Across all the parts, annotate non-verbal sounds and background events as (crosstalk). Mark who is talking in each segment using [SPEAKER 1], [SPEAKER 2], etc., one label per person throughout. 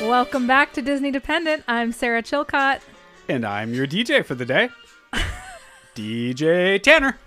[SPEAKER 1] Welcome back to Disney Dependent. I'm Sarah Chilcott.
[SPEAKER 2] And I'm your DJ for the day, DJ (laughs) Tanner.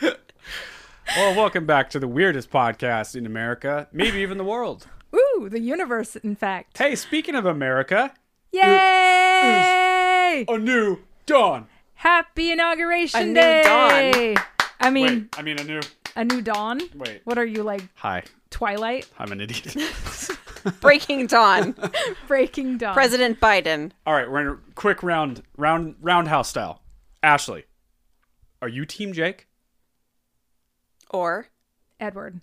[SPEAKER 2] Well, welcome back to the weirdest podcast in America, maybe even the world.
[SPEAKER 1] Ooh, the universe, in fact.
[SPEAKER 2] Hey, speaking of America,
[SPEAKER 1] Yay!
[SPEAKER 2] a new dawn.
[SPEAKER 1] Happy Inauguration
[SPEAKER 3] A new
[SPEAKER 1] Day! I mean,
[SPEAKER 2] Wait, I mean a new.
[SPEAKER 1] a new dawn?
[SPEAKER 2] Wait.
[SPEAKER 1] What are you, like,
[SPEAKER 2] Mm. Hi,
[SPEAKER 1] Twilight?
[SPEAKER 2] I'm an idiot. (laughs)
[SPEAKER 3] (laughs) Breaking Dawn,
[SPEAKER 1] Breaking Dawn.
[SPEAKER 3] President Biden.
[SPEAKER 2] All right, we're in a quick round, round, roundhouse style. Ashley, are you Team Jake?
[SPEAKER 3] Or
[SPEAKER 1] Edward.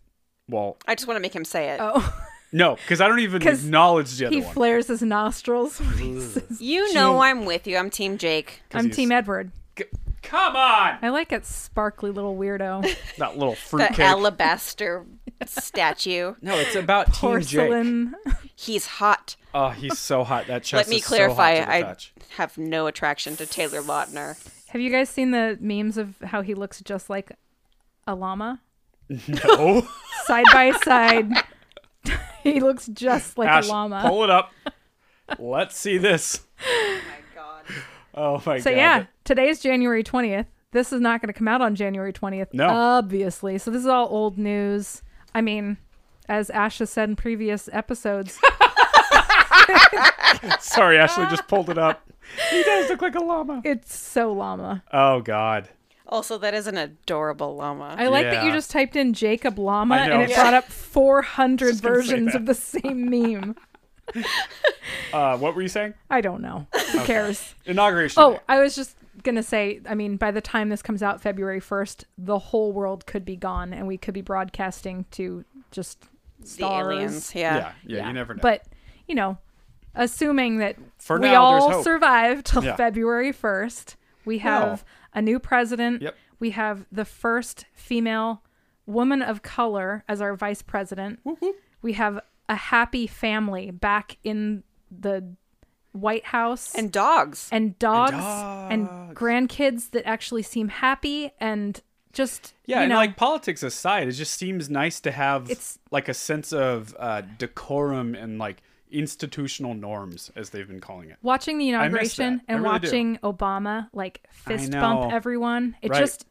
[SPEAKER 2] Well,
[SPEAKER 3] I just want to make him say it.
[SPEAKER 1] Oh,
[SPEAKER 2] no, because I don't (laughs) even
[SPEAKER 1] 'Cause
[SPEAKER 2] acknowledge the other
[SPEAKER 1] he
[SPEAKER 2] one.
[SPEAKER 1] flares his nostrils. when (laughs) he says-
[SPEAKER 3] you know I'm with you. I'm Team Jake.
[SPEAKER 2] 'Cause
[SPEAKER 1] I'm
[SPEAKER 2] he's-
[SPEAKER 1] Team Edward.
[SPEAKER 2] C- Come on,
[SPEAKER 1] I like that sparkly little (laughs) weirdo.
[SPEAKER 2] that little
[SPEAKER 3] The
[SPEAKER 2] fruitcake.
[SPEAKER 3] alabaster
[SPEAKER 2] (laughs)
[SPEAKER 3] statue.
[SPEAKER 2] no, it's about Team Jake.
[SPEAKER 1] Porcelain. (laughs)
[SPEAKER 3] He's hot.
[SPEAKER 2] Oh, he's so hot. That chest.
[SPEAKER 3] Let me
[SPEAKER 2] is so hot
[SPEAKER 3] clarify.
[SPEAKER 2] to the
[SPEAKER 3] I
[SPEAKER 2] touch.
[SPEAKER 3] have no attraction to Taylor
[SPEAKER 1] (laughs)
[SPEAKER 3] Lautner.
[SPEAKER 1] Have you guys seen the memes of how he looks just like a llama?
[SPEAKER 2] No.
[SPEAKER 1] (laughs) Side by side. (laughs) he looks just like
[SPEAKER 2] Ash,
[SPEAKER 1] a llama.
[SPEAKER 2] pull it up. Let's see this.
[SPEAKER 3] God.
[SPEAKER 2] Oh my
[SPEAKER 1] so
[SPEAKER 2] god.
[SPEAKER 1] yeah, today's January 20th. This is not going to come out on January 20th.
[SPEAKER 2] No.
[SPEAKER 1] Obviously. So this is all old news. I mean, as Ash has said in previous
[SPEAKER 2] (laughs)
[SPEAKER 1] episodes,
[SPEAKER 2] Sorry, Ashley just pulled
[SPEAKER 1] (laughs)
[SPEAKER 2] it up. He does look like a llama.
[SPEAKER 1] it's so llama.
[SPEAKER 2] Oh god.
[SPEAKER 3] Also, that is an adorable llama.
[SPEAKER 1] I like that you
[SPEAKER 2] Yeah.
[SPEAKER 1] just typed in Jacob llama
[SPEAKER 2] I know.
[SPEAKER 1] and it
[SPEAKER 2] Yeah.
[SPEAKER 1] brought up
[SPEAKER 2] (laughs)
[SPEAKER 1] 400
[SPEAKER 2] gonna say
[SPEAKER 1] versions
[SPEAKER 2] that.
[SPEAKER 1] of the same meme.
[SPEAKER 2] Uh, what were you saying?
[SPEAKER 1] I don't know. Who cares?
[SPEAKER 2] Inauguration.
[SPEAKER 1] Oh,
[SPEAKER 2] Day.
[SPEAKER 1] I was just gonna say. I mean, by the time this comes out, February first, the whole world could be gone, and we could be broadcasting to just
[SPEAKER 3] the
[SPEAKER 1] stars.
[SPEAKER 3] aliens.
[SPEAKER 2] Yeah,
[SPEAKER 3] Yeah.
[SPEAKER 2] yeah, You never know.
[SPEAKER 1] But you know, assuming that
[SPEAKER 2] For
[SPEAKER 1] we
[SPEAKER 2] now, there's
[SPEAKER 1] all
[SPEAKER 2] hope.
[SPEAKER 1] survive till
[SPEAKER 2] Yeah.
[SPEAKER 1] February first, we have a new president.
[SPEAKER 2] Yep.
[SPEAKER 1] We have the first female woman of color as our vice president. We have a happy family back in the White House
[SPEAKER 3] And dogs.
[SPEAKER 1] and dogs and,
[SPEAKER 2] dogs.
[SPEAKER 1] grandkids that actually seem happy and just
[SPEAKER 2] yeah,
[SPEAKER 1] you
[SPEAKER 2] and
[SPEAKER 1] know
[SPEAKER 2] like politics aside, it just seems nice to have
[SPEAKER 1] It's-
[SPEAKER 2] like a sense of uh, decorum and like institutional norms, as they've been calling it.
[SPEAKER 1] watching the
[SPEAKER 2] I miss that.
[SPEAKER 1] inauguration
[SPEAKER 2] I
[SPEAKER 1] and
[SPEAKER 2] really do.
[SPEAKER 1] watching Obama like fist
[SPEAKER 2] know.
[SPEAKER 1] bump everyone. It
[SPEAKER 2] Right.
[SPEAKER 1] just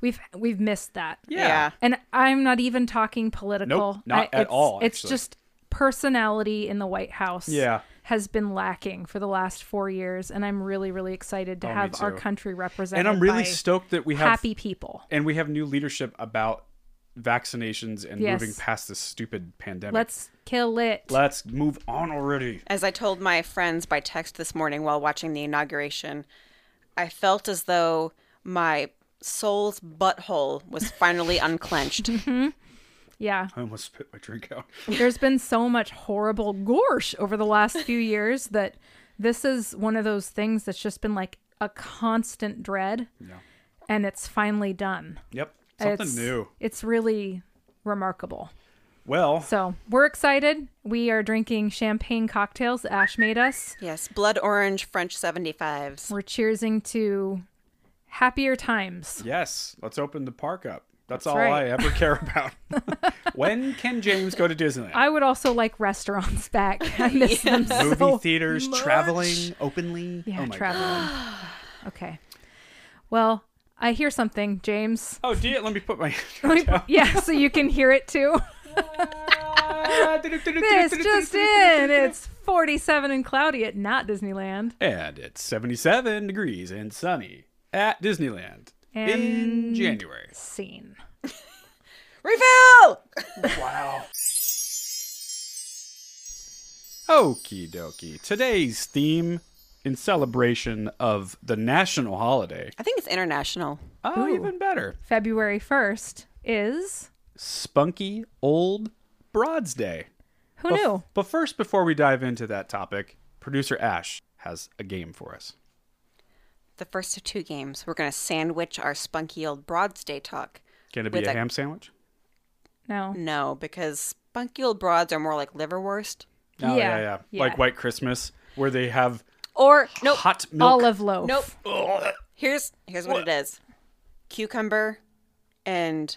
[SPEAKER 1] we've we've missed that.
[SPEAKER 2] Yeah.
[SPEAKER 3] Yeah.
[SPEAKER 1] And I'm not even talking political.
[SPEAKER 2] Nope, not at
[SPEAKER 1] it's-
[SPEAKER 2] all,
[SPEAKER 1] It's
[SPEAKER 2] actually.
[SPEAKER 1] just personality in the White House.
[SPEAKER 2] Yeah.
[SPEAKER 1] Has been lacking for the last four years, and I'm really, really excited to
[SPEAKER 2] Oh, me
[SPEAKER 1] have our
[SPEAKER 2] too.
[SPEAKER 1] country represented.
[SPEAKER 2] And I'm really
[SPEAKER 1] by
[SPEAKER 2] stoked that we have
[SPEAKER 1] happy people.
[SPEAKER 2] and we have new leadership about vaccinations and
[SPEAKER 1] Yes.
[SPEAKER 2] moving past this stupid pandemic.
[SPEAKER 1] Let's kill it.
[SPEAKER 2] Let's move on already.
[SPEAKER 3] As I told my friends by text this morning while watching the inauguration, I felt as though my soul's butthole was finally unclenched.
[SPEAKER 1] yeah.
[SPEAKER 2] I almost spit my drink out.
[SPEAKER 1] there's been so much horrible gorsh over the last few years that this is one of those things that's just been like a constant dread
[SPEAKER 2] Yeah.
[SPEAKER 1] and it's finally done
[SPEAKER 2] Yep. Something
[SPEAKER 1] it's,
[SPEAKER 2] new.
[SPEAKER 1] it's really remarkable
[SPEAKER 2] Well,
[SPEAKER 1] so we're excited we are drinking champagne cocktails that ash made us
[SPEAKER 3] Yes, blood orange French 75s.
[SPEAKER 1] we're cheersing to happier times
[SPEAKER 2] yes, let's open the park up. That's, all
[SPEAKER 1] right.
[SPEAKER 2] I
[SPEAKER 1] (laughs)
[SPEAKER 2] ever care about. (laughs) when can James go to Disneyland?
[SPEAKER 1] i would also like restaurants (laughs) back i miss them
[SPEAKER 2] Movie
[SPEAKER 1] so
[SPEAKER 2] theaters,
[SPEAKER 1] much.
[SPEAKER 2] traveling openly.
[SPEAKER 1] Yeah,
[SPEAKER 2] oh my
[SPEAKER 1] traveling.
[SPEAKER 2] God.
[SPEAKER 1] okay. Well, I hear something, James.
[SPEAKER 2] Oh, dear. Let me
[SPEAKER 1] (laughs)
[SPEAKER 2] put my.
[SPEAKER 1] yeah, so you can hear it too. (laughs) This just in. It's 47 and cloudy at not Disneyland.
[SPEAKER 2] (laughs) And it's 77 degrees and sunny at Disneyland in
[SPEAKER 1] And-
[SPEAKER 2] January.
[SPEAKER 1] Scene.
[SPEAKER 3] Refill!
[SPEAKER 2] Wow. Okie dokie. Today's theme in celebration of the national holiday.
[SPEAKER 3] I think it's international.
[SPEAKER 2] Oh, even better.
[SPEAKER 1] February 1st is
[SPEAKER 2] Spunky Old Broads Day.
[SPEAKER 1] who
[SPEAKER 2] Bef-
[SPEAKER 1] knew?
[SPEAKER 2] But first, before we dive into that topic, producer Ash has a game for us.
[SPEAKER 3] The first of two games, we're going to sandwich our spunky old Broads Day talk.
[SPEAKER 2] Can it be
[SPEAKER 3] With
[SPEAKER 2] a
[SPEAKER 3] a-
[SPEAKER 2] ham sandwich?
[SPEAKER 1] No.
[SPEAKER 3] No, because spunky old Broads are more like liverwurst.
[SPEAKER 2] Oh,
[SPEAKER 1] Yeah,
[SPEAKER 2] yeah,
[SPEAKER 1] yeah.
[SPEAKER 2] Like White Christmas, where they have
[SPEAKER 3] Or, nope,
[SPEAKER 2] hot milk.
[SPEAKER 1] Olive loaf.
[SPEAKER 3] nope. Here's, here's what it is. Cucumber and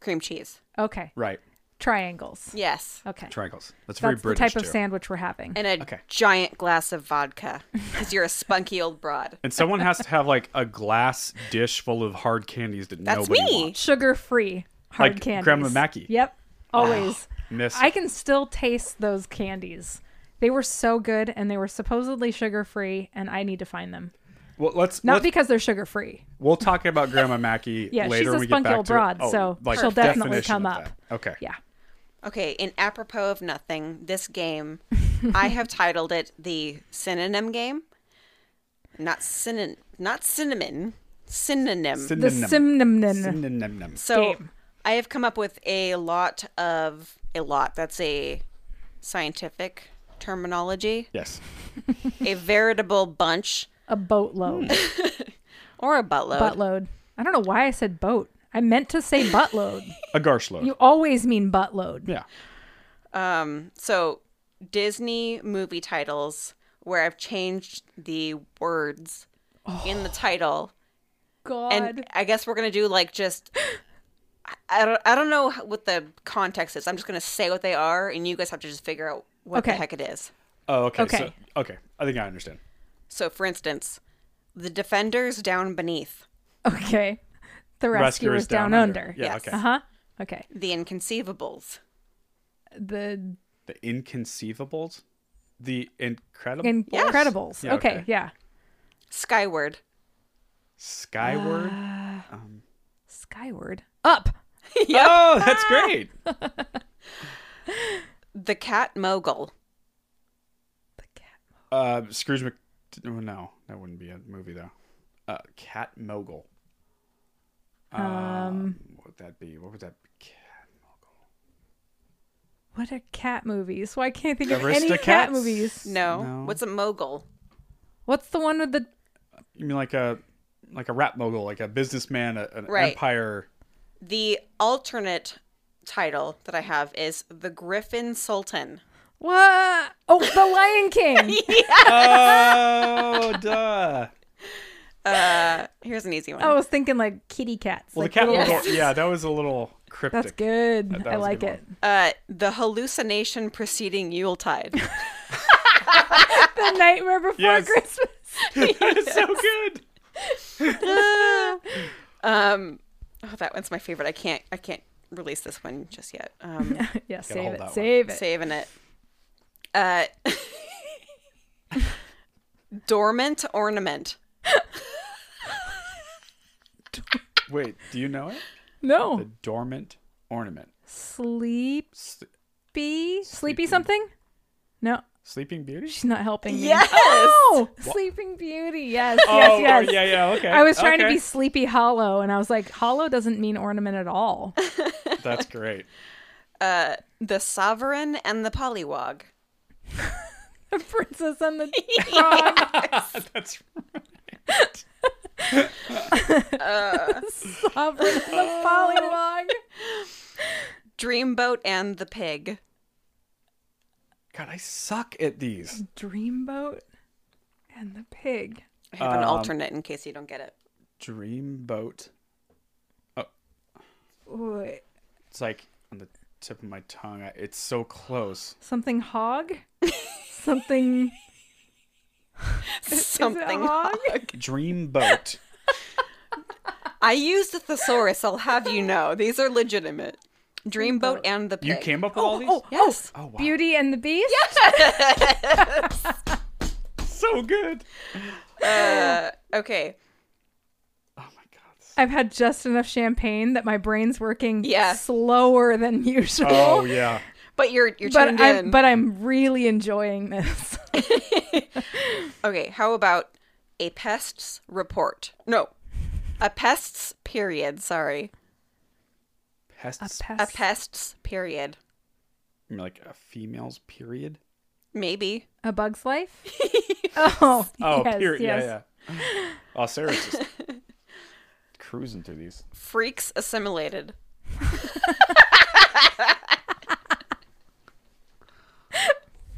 [SPEAKER 3] cream cheese.
[SPEAKER 1] Okay.
[SPEAKER 2] (laughs) Right.
[SPEAKER 1] triangles.
[SPEAKER 3] Yes.
[SPEAKER 1] Okay.
[SPEAKER 2] Triangles. That's, very
[SPEAKER 1] That's the
[SPEAKER 2] British.
[SPEAKER 1] type of
[SPEAKER 2] too.
[SPEAKER 1] sandwich we're having.
[SPEAKER 3] And a
[SPEAKER 2] Okay.
[SPEAKER 3] giant glass of vodka because you're a spunky old broad.
[SPEAKER 2] And someone has to have like a glass dish full of hard candies that
[SPEAKER 3] That's
[SPEAKER 2] nobody
[SPEAKER 3] me.
[SPEAKER 2] wants.
[SPEAKER 1] Sugar free hard
[SPEAKER 2] Like
[SPEAKER 1] candies.
[SPEAKER 2] Grandma Mackey.
[SPEAKER 1] Yep. Always.
[SPEAKER 2] Miss.
[SPEAKER 1] I can still taste those candies. They were so good and they were supposedly sugar free, and I need to find them.
[SPEAKER 2] well, let's,
[SPEAKER 1] Not
[SPEAKER 2] let's
[SPEAKER 1] because they're sugar free.
[SPEAKER 2] we'll talk about Grandma Mackey
[SPEAKER 1] (laughs) Yeah,
[SPEAKER 2] later
[SPEAKER 1] she's a
[SPEAKER 2] when we get
[SPEAKER 1] spunky
[SPEAKER 2] back
[SPEAKER 1] old
[SPEAKER 2] to
[SPEAKER 1] broad,
[SPEAKER 2] oh,
[SPEAKER 1] so
[SPEAKER 2] like,
[SPEAKER 1] she'll definitely
[SPEAKER 2] definition
[SPEAKER 1] come
[SPEAKER 2] of
[SPEAKER 1] up.
[SPEAKER 2] that. Okay.
[SPEAKER 1] Yeah.
[SPEAKER 3] Okay, in apropos of nothing, this game, I have titled it the synonym game. Not synonym, not cinnamon, synonym.
[SPEAKER 1] The Simnamnin.
[SPEAKER 2] Synonym.
[SPEAKER 3] so
[SPEAKER 1] game.
[SPEAKER 3] I have come up with a lot of a lot. That's a scientific terminology.
[SPEAKER 2] Yes.
[SPEAKER 3] a veritable bunch
[SPEAKER 1] A boatload.
[SPEAKER 3] or a buttload.
[SPEAKER 1] buttload. I don't know why I said boat. I meant to say buttload.
[SPEAKER 2] A garsh load.
[SPEAKER 1] you always mean buttload.
[SPEAKER 2] yeah.
[SPEAKER 3] Um, So Disney movie titles where I've changed the words in the title
[SPEAKER 1] God.
[SPEAKER 2] (laughs)
[SPEAKER 3] and I guess we're gonna do like just. I- I don't. I don't know h- what the context is. I'm just gonna say what they are, and you guys have to just figure out what the
[SPEAKER 1] Okay.
[SPEAKER 3] heck it is.
[SPEAKER 2] Oh, okay.
[SPEAKER 1] Okay.
[SPEAKER 2] So, okay. I think I understand.
[SPEAKER 3] So, for instance, the defenders down beneath,
[SPEAKER 1] okay. The rescuer is down, under.
[SPEAKER 2] Yeah.
[SPEAKER 3] Yes.
[SPEAKER 2] Okay.
[SPEAKER 1] Uh huh. Okay.
[SPEAKER 3] the inconceivables,
[SPEAKER 1] The
[SPEAKER 2] The Inconceivables. The Incredible.
[SPEAKER 1] Incredibles.
[SPEAKER 2] Yeah,
[SPEAKER 1] okay.
[SPEAKER 2] okay.
[SPEAKER 1] Yeah.
[SPEAKER 3] skyward,
[SPEAKER 2] Skyward.
[SPEAKER 1] Uh, Skyward. Up.
[SPEAKER 2] Oh, that's
[SPEAKER 1] Ah.
[SPEAKER 2] great.
[SPEAKER 3] the cat mogul,
[SPEAKER 1] The cat.
[SPEAKER 2] Uh, Scrooge Mc. No, no, that wouldn't be a movie though. Uh, Cat Mogul. Um, what would that be? What would that be? Cat
[SPEAKER 1] What are cat movies? Why can't I think of any
[SPEAKER 2] Aristocats?
[SPEAKER 1] cat movies?
[SPEAKER 3] no.
[SPEAKER 2] No.
[SPEAKER 3] what's a mogul?
[SPEAKER 1] What's the one with the
[SPEAKER 2] You mean like a like a rap mogul, like a businessman, a, an
[SPEAKER 3] Right.
[SPEAKER 2] empire?
[SPEAKER 3] The alternate title that I have is the Griffin Sultan.
[SPEAKER 1] what? Oh, the Lion King.
[SPEAKER 2] (laughs) oh, duh.
[SPEAKER 3] Uh, here's an easy one.
[SPEAKER 1] I was thinking like kitty cats.
[SPEAKER 2] Well,
[SPEAKER 1] like
[SPEAKER 2] the cat
[SPEAKER 1] little-
[SPEAKER 2] mogul. Yeah, that was a little cryptic.
[SPEAKER 1] That's
[SPEAKER 2] (laughs)
[SPEAKER 1] good.
[SPEAKER 2] that
[SPEAKER 1] I
[SPEAKER 2] was a
[SPEAKER 1] like
[SPEAKER 2] good
[SPEAKER 1] it.
[SPEAKER 3] Uh, the hallucination preceding Yuletide.
[SPEAKER 1] The (laughs) Nightmare Before
[SPEAKER 2] Yes.
[SPEAKER 1] Christmas. (laughs)
[SPEAKER 2] that is so good.
[SPEAKER 3] Um, oh, that one's my favorite. I can't. I can't release this one just yet. Um,
[SPEAKER 1] (laughs) Yeah,
[SPEAKER 2] hold
[SPEAKER 1] save
[SPEAKER 2] that
[SPEAKER 1] it.
[SPEAKER 2] one.
[SPEAKER 1] Save it.
[SPEAKER 3] saving it. Uh, (laughs) dormant ornament.
[SPEAKER 2] Wait, do you know it? The
[SPEAKER 1] No.
[SPEAKER 2] dormant ornament.
[SPEAKER 1] Sleepy.
[SPEAKER 2] S-
[SPEAKER 1] Sleepy something? No.
[SPEAKER 2] Sleeping Beauty.
[SPEAKER 1] She's not helping me.
[SPEAKER 3] Yes!
[SPEAKER 1] Oh, Sleeping Beauty. Yes,
[SPEAKER 2] oh,
[SPEAKER 1] yes, yes.
[SPEAKER 2] yeah, yeah. Okay.
[SPEAKER 1] I was trying to
[SPEAKER 2] (laughs) okay.
[SPEAKER 1] be Sleepy Hollow, and I was like, Hollow doesn't mean ornament at (laughs) all.
[SPEAKER 2] That's great.
[SPEAKER 3] Uh, The sovereign and the polywog.
[SPEAKER 1] The Princess and the Frog.
[SPEAKER 2] That's
[SPEAKER 1] Sovereign and (laughs) the Polywog.
[SPEAKER 3] Dreamboat and the pig.
[SPEAKER 2] God, I suck at these.
[SPEAKER 1] Dreamboat and the Pig.
[SPEAKER 3] I have
[SPEAKER 2] Um,
[SPEAKER 3] an alternate in case you don't get it.
[SPEAKER 2] Dreamboat.
[SPEAKER 1] Ooh,
[SPEAKER 2] It's like on the tip of my tongue. I- It's so close.
[SPEAKER 1] something (laughs) hog? Something. (laughs) Is it
[SPEAKER 3] (laughs) Something.
[SPEAKER 1] hog?
[SPEAKER 2] Dreamboat.
[SPEAKER 3] I used a thesaurus. I'll have you know these are legitimate. Dreamboat and the pig.
[SPEAKER 2] you came up with all these?
[SPEAKER 1] Oh,
[SPEAKER 3] Yes.
[SPEAKER 2] Oh, wow.
[SPEAKER 1] Beauty and the Beast?
[SPEAKER 2] So good.
[SPEAKER 3] Uh, Okay.
[SPEAKER 2] Oh my god.
[SPEAKER 1] I've had just enough champagne that my brain's working
[SPEAKER 3] Yeah.
[SPEAKER 1] slower than (laughs) usual.
[SPEAKER 2] (laughs) Oh yeah.
[SPEAKER 3] But you're you're tuned
[SPEAKER 1] but
[SPEAKER 3] in.
[SPEAKER 1] I'm but I'm really enjoying
[SPEAKER 3] (laughs)
[SPEAKER 1] this.
[SPEAKER 3] Okay, how about a pests report? No, a pests period. Sorry,
[SPEAKER 2] Pests.
[SPEAKER 3] a pests period.
[SPEAKER 2] I mean, like a female's period.
[SPEAKER 3] Maybe
[SPEAKER 1] A Bug's
[SPEAKER 3] (laughs)
[SPEAKER 1] Life. oh,
[SPEAKER 2] Oh,
[SPEAKER 1] yes,
[SPEAKER 2] period.
[SPEAKER 1] Yes.
[SPEAKER 2] Yeah, yeah.
[SPEAKER 1] (laughs)
[SPEAKER 2] Oh, Sarah's just cruising through these.
[SPEAKER 3] freaks assimilated.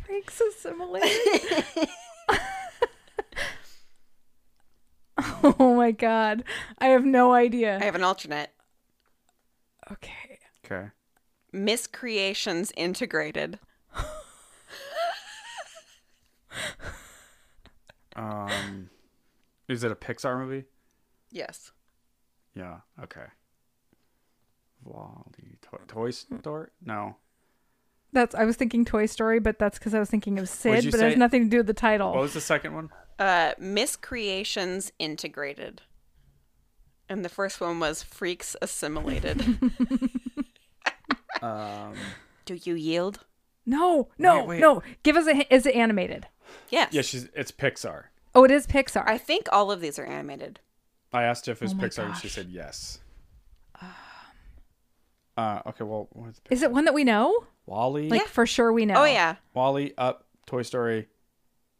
[SPEAKER 1] Freaks
[SPEAKER 3] (laughs)
[SPEAKER 1] assimilated. (laughs) oh my god, I have no idea.
[SPEAKER 3] I have an alternate.
[SPEAKER 1] Okay,
[SPEAKER 2] Okay.
[SPEAKER 3] Miscreations Integrated.
[SPEAKER 2] Um, is it a Pixar movie?
[SPEAKER 3] Yes.
[SPEAKER 2] Yeah. Okay. Wally, to- Toy Story? No.
[SPEAKER 1] That's I was thinking Toy Story, but that's because I was thinking of Sid,
[SPEAKER 2] you
[SPEAKER 1] but it has
[SPEAKER 2] say?
[SPEAKER 1] nothing to do with the title.
[SPEAKER 2] What was the second one?
[SPEAKER 3] Uh, Miscreations Integrated. And the first one was Freaks Assimilated.
[SPEAKER 2] Um,
[SPEAKER 3] Do you yield?
[SPEAKER 1] no, no,
[SPEAKER 2] Wait, wait.
[SPEAKER 1] no. Give us a hint. Is it animated?
[SPEAKER 3] Yes.
[SPEAKER 2] yeah, she's it's Pixar.
[SPEAKER 1] Oh, it is Pixar.
[SPEAKER 3] I think all of these are animated.
[SPEAKER 2] I asked if it was
[SPEAKER 1] Oh my
[SPEAKER 2] Pixar, and she
[SPEAKER 1] gosh.
[SPEAKER 2] said yes. Uh, okay. Well, what's
[SPEAKER 1] is it one that we know?
[SPEAKER 2] Wally?
[SPEAKER 1] Like
[SPEAKER 3] Yeah.
[SPEAKER 1] for sure we know.
[SPEAKER 3] Oh, yeah.
[SPEAKER 2] Wally up Toy Story.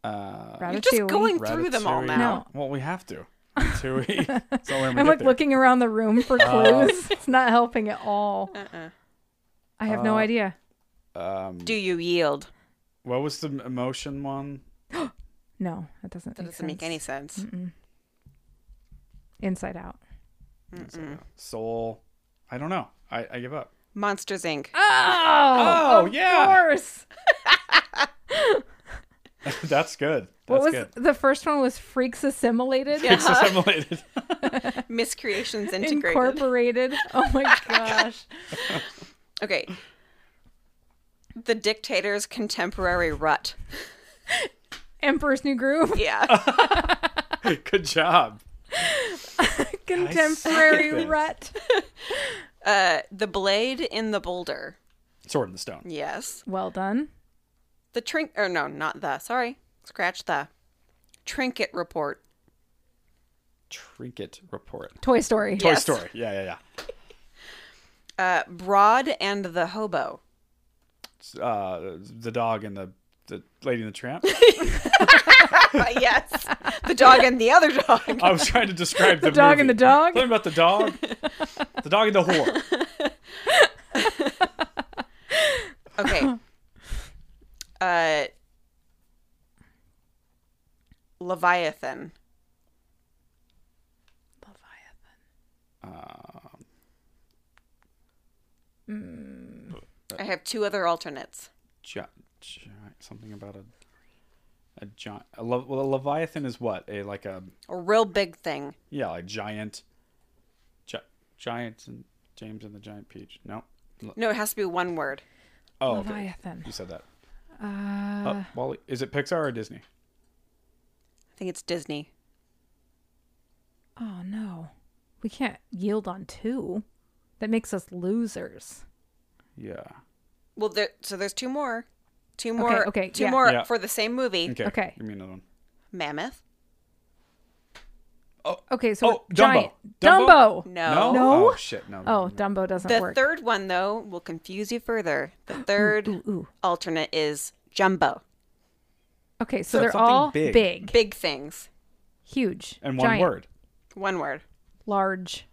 [SPEAKER 2] Uh,
[SPEAKER 1] Ratatouille.
[SPEAKER 3] You're just going through them all
[SPEAKER 2] Ratatouille.
[SPEAKER 3] now.
[SPEAKER 2] Well, we have
[SPEAKER 1] (laughs)
[SPEAKER 2] to. Ratatouille. That's the only way we
[SPEAKER 1] I'm
[SPEAKER 2] get Oh.
[SPEAKER 1] like
[SPEAKER 2] there.
[SPEAKER 1] looking around the room
[SPEAKER 2] (laughs)
[SPEAKER 1] for clues. (laughs) it's not helping at all.
[SPEAKER 3] Uh-uh.
[SPEAKER 1] I have no
[SPEAKER 2] Uh,
[SPEAKER 1] idea.
[SPEAKER 2] Um,
[SPEAKER 3] Do you yield?
[SPEAKER 2] what was the emotion one?
[SPEAKER 1] No, that doesn't.
[SPEAKER 3] That
[SPEAKER 1] make
[SPEAKER 3] doesn't make any sense.
[SPEAKER 1] Inside Out.
[SPEAKER 2] Soul. I don't know. I, I give up.
[SPEAKER 3] Monsters Inc.
[SPEAKER 1] Oh,
[SPEAKER 2] Oh,
[SPEAKER 1] of
[SPEAKER 2] yeah.
[SPEAKER 1] course.
[SPEAKER 2] (laughs) That's good. That's
[SPEAKER 1] What was (laughs)
[SPEAKER 2] good.
[SPEAKER 1] the first one? Was Freaks Assimilated?
[SPEAKER 2] It's assimilated.
[SPEAKER 3] (laughs)
[SPEAKER 2] (laughs)
[SPEAKER 3] (laughs) Miscreations (laughs) Integrated.
[SPEAKER 1] Incorporated.
[SPEAKER 3] (laughs)
[SPEAKER 1] Oh my gosh.
[SPEAKER 3] okay. The Dictator's Contemporary Rut.
[SPEAKER 1] Emperor's New Groove.
[SPEAKER 3] (laughs)
[SPEAKER 1] (laughs)
[SPEAKER 3] Yeah.
[SPEAKER 2] good job.
[SPEAKER 1] Contemporary
[SPEAKER 2] this.
[SPEAKER 1] rut.
[SPEAKER 3] Uh, the Blade in the Boulder.
[SPEAKER 2] Sword in the Stone.
[SPEAKER 3] Yes.
[SPEAKER 1] Well done.
[SPEAKER 3] The Trink. Or no, not the. Sorry. Scratch the. Trinket Report.
[SPEAKER 2] Trinket report.
[SPEAKER 1] Toy Story.
[SPEAKER 2] Toy
[SPEAKER 3] Yes.
[SPEAKER 2] Story. Yeah, yeah, yeah.
[SPEAKER 3] Uh, Broad and the (laughs) Hobo.
[SPEAKER 2] It's, Uh, the dog and the the lady and the tramp.
[SPEAKER 3] Uh, yes. (laughs) The dog and the other (laughs) dog.
[SPEAKER 2] I was trying to describe the,
[SPEAKER 1] dog and
[SPEAKER 2] movie.
[SPEAKER 1] the dog?
[SPEAKER 2] Something about the dog. the dog and the whore.
[SPEAKER 3] Okay. Uh, Leviathan.
[SPEAKER 2] Uh,
[SPEAKER 3] I have two other alternates.
[SPEAKER 2] Gi- gi- something about a a giant. A le- well, a leviathan is what a like a
[SPEAKER 3] A real big thing.
[SPEAKER 2] yeah like giant. Gi- giant and James and the Giant Peach. No. Le-
[SPEAKER 3] No, it has to be one word.
[SPEAKER 2] Oh, okay.
[SPEAKER 1] Leviathan.
[SPEAKER 2] You said that.
[SPEAKER 1] Uh,
[SPEAKER 2] Uh, Wally, is it Pixar or Disney?
[SPEAKER 3] I think it's Disney.
[SPEAKER 1] oh no. We can't yield on two. That makes us losers.
[SPEAKER 2] Yeah.
[SPEAKER 3] Well, there, so there's two more. Two more.
[SPEAKER 1] okay,
[SPEAKER 3] Two
[SPEAKER 1] yeah.
[SPEAKER 3] more
[SPEAKER 2] Yeah.
[SPEAKER 3] for the same movie.
[SPEAKER 2] Okay.
[SPEAKER 1] Okay.
[SPEAKER 2] Give me another one.
[SPEAKER 3] Mammoth.
[SPEAKER 1] Okay, so
[SPEAKER 2] Oh, Dumbo.
[SPEAKER 1] giant.
[SPEAKER 2] Dumbo?
[SPEAKER 1] Dumbo.
[SPEAKER 3] No.
[SPEAKER 1] No?
[SPEAKER 2] Oh shit. No.
[SPEAKER 1] Oh, Dumbo doesn't
[SPEAKER 3] The
[SPEAKER 1] work.
[SPEAKER 3] third one, though, will confuse you further. The third (laughs)
[SPEAKER 1] ooh, ooh.
[SPEAKER 3] alternate is Jumbo.
[SPEAKER 1] okay, so,
[SPEAKER 2] So
[SPEAKER 1] they're
[SPEAKER 2] something
[SPEAKER 1] all big.
[SPEAKER 2] big.
[SPEAKER 3] Big things.
[SPEAKER 1] huge,
[SPEAKER 2] And one
[SPEAKER 1] giant,
[SPEAKER 2] word.
[SPEAKER 3] One word. (laughs)
[SPEAKER 1] large,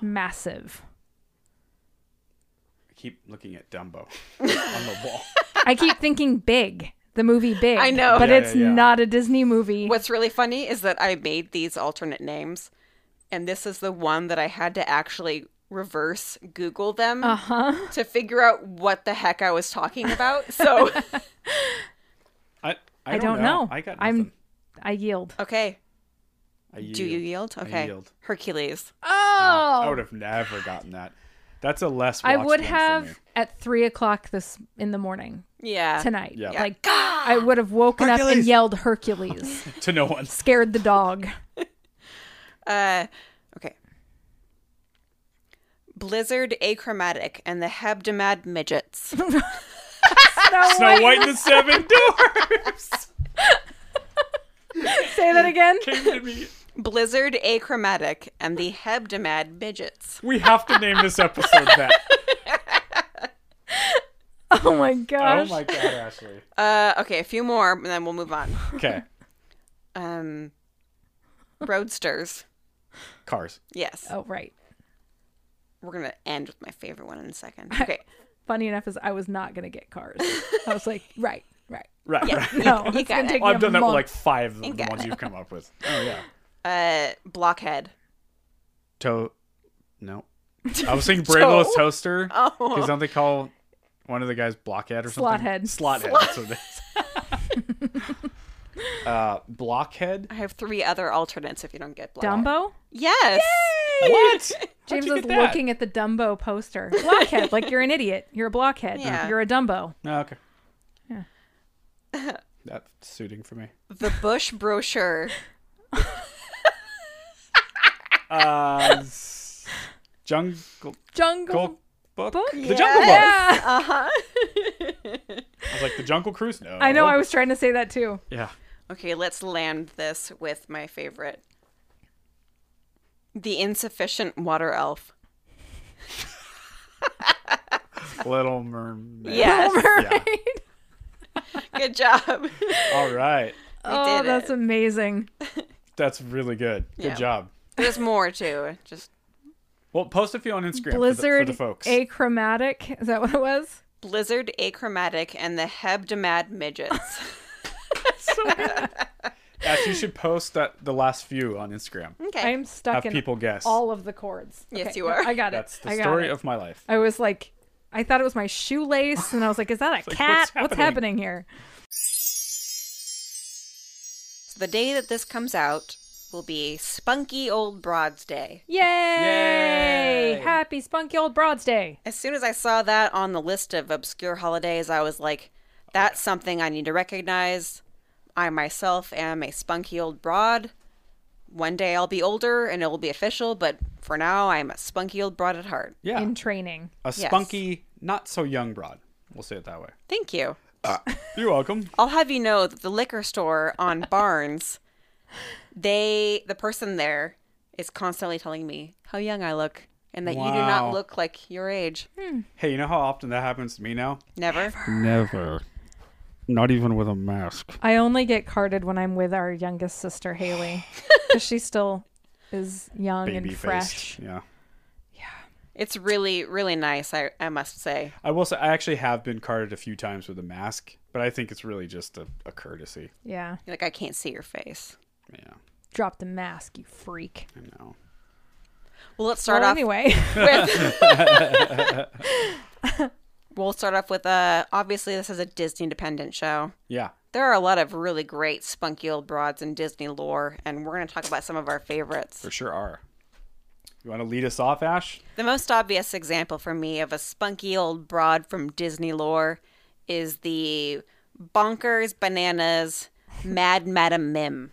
[SPEAKER 1] massive.
[SPEAKER 2] I keep looking
[SPEAKER 1] (laughs)
[SPEAKER 2] at Dumbo on the wall.
[SPEAKER 1] I keep thinking big, the movie Big.
[SPEAKER 3] I know.
[SPEAKER 1] but
[SPEAKER 2] Yeah,
[SPEAKER 1] it's
[SPEAKER 2] yeah, yeah.
[SPEAKER 1] not a Disney movie.
[SPEAKER 3] What's really funny is that I made these alternate names, and this is the one that I had to actually reverse Google them to figure out what the heck I was talking about. (laughs) So,
[SPEAKER 2] I I,
[SPEAKER 1] I don't know.
[SPEAKER 2] I got
[SPEAKER 1] I'm-
[SPEAKER 2] nothing.
[SPEAKER 1] I yield.
[SPEAKER 3] okay.
[SPEAKER 2] I yield.
[SPEAKER 3] Do you yield? Okay.
[SPEAKER 2] yield.
[SPEAKER 3] Hercules.
[SPEAKER 1] Oh,
[SPEAKER 2] I would have never gotten that. That's a less.
[SPEAKER 1] I
[SPEAKER 2] watched
[SPEAKER 1] would
[SPEAKER 2] one for me.
[SPEAKER 1] have at three o'clock this in the morning (laughs)
[SPEAKER 3] Yeah.
[SPEAKER 1] tonight.
[SPEAKER 2] Yeah.
[SPEAKER 1] Like I would have woken up and
[SPEAKER 2] Hercules!
[SPEAKER 1] yelled Hercules,
[SPEAKER 2] (laughs) to no one.
[SPEAKER 1] scared the
[SPEAKER 2] (laughs)
[SPEAKER 1] dog.
[SPEAKER 3] Uh, okay. Blizzard Achromatic and the
[SPEAKER 1] (laughs)
[SPEAKER 3] Hebdomad Midgets.
[SPEAKER 1] No,
[SPEAKER 2] Snow White and the Seven Dwarfs
[SPEAKER 1] say that
[SPEAKER 2] (laughs)
[SPEAKER 1] again.
[SPEAKER 2] came to me.
[SPEAKER 3] Blizzard Achromatic and the Hebdomad Midgets.
[SPEAKER 2] We have to name this episode
[SPEAKER 1] (laughs)
[SPEAKER 2] that.
[SPEAKER 1] Oh my
[SPEAKER 2] Oh
[SPEAKER 1] gosh.
[SPEAKER 2] my god, Ashley.
[SPEAKER 3] Uh, okay, a few more, and then we'll move on.
[SPEAKER 2] Okay,
[SPEAKER 3] Um, Roadsters.
[SPEAKER 2] cars.
[SPEAKER 3] Yes.
[SPEAKER 1] oh right.
[SPEAKER 3] We're going to end with my favorite one in a second.
[SPEAKER 1] (laughs)
[SPEAKER 3] Okay.
[SPEAKER 1] Funny enough is I was not gonna get cars. I was
[SPEAKER 2] (laughs)
[SPEAKER 1] like, right, right.
[SPEAKER 2] Right.
[SPEAKER 3] Yeah.
[SPEAKER 2] right.
[SPEAKER 3] (laughs)
[SPEAKER 1] No,
[SPEAKER 3] You
[SPEAKER 1] it's
[SPEAKER 3] got
[SPEAKER 1] gonna
[SPEAKER 3] it.
[SPEAKER 1] take
[SPEAKER 2] Well,
[SPEAKER 1] me
[SPEAKER 2] I've
[SPEAKER 1] a
[SPEAKER 2] done that with
[SPEAKER 1] month.
[SPEAKER 2] like five of the
[SPEAKER 3] got
[SPEAKER 2] ones you've come
[SPEAKER 3] (laughs)
[SPEAKER 2] up with. Oh yeah.
[SPEAKER 3] Uh, Blockhead. (laughs)
[SPEAKER 2] To. No. I was thinking Brainless
[SPEAKER 3] Toe.
[SPEAKER 2] Toaster.
[SPEAKER 3] Oh.
[SPEAKER 2] Because don't they call one of the guys blockhead or something?
[SPEAKER 1] Slothead.
[SPEAKER 2] Slothead. That's what it
[SPEAKER 3] (laughs)
[SPEAKER 2] is. uh, blockhead.
[SPEAKER 3] (laughs) I have three other alternates if you don't get blood.
[SPEAKER 1] Dumbo?
[SPEAKER 3] Yes.
[SPEAKER 2] What? How'd
[SPEAKER 1] James
[SPEAKER 2] you
[SPEAKER 1] was
[SPEAKER 2] get that?
[SPEAKER 1] looking at the Dumbo poster. Blockhead, like you're an idiot. You're a blockhead.
[SPEAKER 3] Yeah.
[SPEAKER 1] You're a Dumbo.
[SPEAKER 2] Oh, okay.
[SPEAKER 1] Yeah.
[SPEAKER 3] (laughs)
[SPEAKER 2] That's suiting for me.
[SPEAKER 3] The Bush brochure.
[SPEAKER 2] Uh, s- jungle
[SPEAKER 1] Jungle. Ah,
[SPEAKER 2] book.
[SPEAKER 1] Book?
[SPEAKER 2] The
[SPEAKER 1] Yeah.
[SPEAKER 2] Jungle Book.
[SPEAKER 1] Yeah.
[SPEAKER 3] Uh huh.
[SPEAKER 2] I was like the Jungle Cruise. No.
[SPEAKER 1] I know. I was trying to say that
[SPEAKER 2] (laughs)
[SPEAKER 1] too.
[SPEAKER 2] Yeah.
[SPEAKER 3] Okay, let's land this with my favorite The Insufficient Water Elf.
[SPEAKER 2] Little
[SPEAKER 1] (laughs)
[SPEAKER 2] Mermaid.
[SPEAKER 3] Yes.
[SPEAKER 1] Mermaid.
[SPEAKER 3] Good job.
[SPEAKER 2] All right.
[SPEAKER 1] oh,
[SPEAKER 3] did
[SPEAKER 1] that's
[SPEAKER 3] it.
[SPEAKER 1] amazing.
[SPEAKER 2] That's really good. Good
[SPEAKER 3] Yeah.
[SPEAKER 2] job.
[SPEAKER 3] There's more too. Just
[SPEAKER 2] Well, post a few on Instagram
[SPEAKER 1] Blizzard
[SPEAKER 2] for, the, for the folks.
[SPEAKER 1] achromatic. Is that what it was?
[SPEAKER 3] Blizzard Achromatic and the Hebdomad Midgets.
[SPEAKER 2] Ash, you should post that the last few on Instagram.
[SPEAKER 3] Okay.
[SPEAKER 1] I'm stuck
[SPEAKER 2] Have
[SPEAKER 1] in
[SPEAKER 2] people guess.
[SPEAKER 1] all of the chords.
[SPEAKER 3] Yes,
[SPEAKER 1] Okay,
[SPEAKER 3] you
[SPEAKER 1] no,
[SPEAKER 3] are.
[SPEAKER 1] I got it.
[SPEAKER 2] That's the
[SPEAKER 1] I got
[SPEAKER 2] story
[SPEAKER 1] it.
[SPEAKER 2] of my life.
[SPEAKER 1] I was like, I thought it was my shoelace, and I was like, is
[SPEAKER 2] (laughs)
[SPEAKER 1] that a
[SPEAKER 2] like,
[SPEAKER 1] cat?
[SPEAKER 2] what's
[SPEAKER 1] What's, happening
[SPEAKER 2] happening?
[SPEAKER 1] here?
[SPEAKER 3] The day that this comes out will be Spunky Old Broads Day.
[SPEAKER 1] Yay!
[SPEAKER 2] Yay!
[SPEAKER 1] Happy Spunky Old Broads Day.
[SPEAKER 3] As soon as I saw that on the list of obscure holidays, I was like, that's something I need to recognize. I myself am a spunky old broad. One day I'll be older and it will be official, but for now I'm a spunky old broad at heart.
[SPEAKER 2] Yeah.
[SPEAKER 1] In training.
[SPEAKER 2] a spunky, not so young broad. We'll say it that way.
[SPEAKER 3] Thank you.
[SPEAKER 2] You're welcome.
[SPEAKER 3] I'll have you know that the liquor store on Barnes, they the person there is constantly telling me how young I look and that you do
[SPEAKER 2] Wow.
[SPEAKER 3] not look like your age.
[SPEAKER 2] Hey, you know how often that happens to me now?
[SPEAKER 3] Never.
[SPEAKER 2] Never. Not even with a mask.
[SPEAKER 1] I only get carded when I'm with our youngest sister,
[SPEAKER 3] (laughs)
[SPEAKER 1] Haley, because she still is young
[SPEAKER 2] Baby
[SPEAKER 1] and
[SPEAKER 2] face.
[SPEAKER 1] fresh.
[SPEAKER 2] Yeah.
[SPEAKER 3] It's really, really nice, I, I must say.
[SPEAKER 2] I will say I actually have been carded a few times with a mask, but I think it's really just a, a courtesy.
[SPEAKER 1] Yeah.
[SPEAKER 3] Like I can't see your face.
[SPEAKER 2] Yeah.
[SPEAKER 1] Drop the mask, you freak.
[SPEAKER 2] I know.
[SPEAKER 3] Well, let's start
[SPEAKER 1] well,
[SPEAKER 3] off.
[SPEAKER 1] anyway. (laughs)
[SPEAKER 3] with. we'll start off with uh, obviously this is a Disney dependent show.
[SPEAKER 2] Yeah.
[SPEAKER 3] There are a lot of really great spunky old broads in Disney lore, and we're going to talk about some of our favorites.
[SPEAKER 2] For sure are. You want to lead us off, Ash?
[SPEAKER 3] The most obvious example for me of a spunky old broad from Disney lore is the bonkers bananas Mad Madam Mim.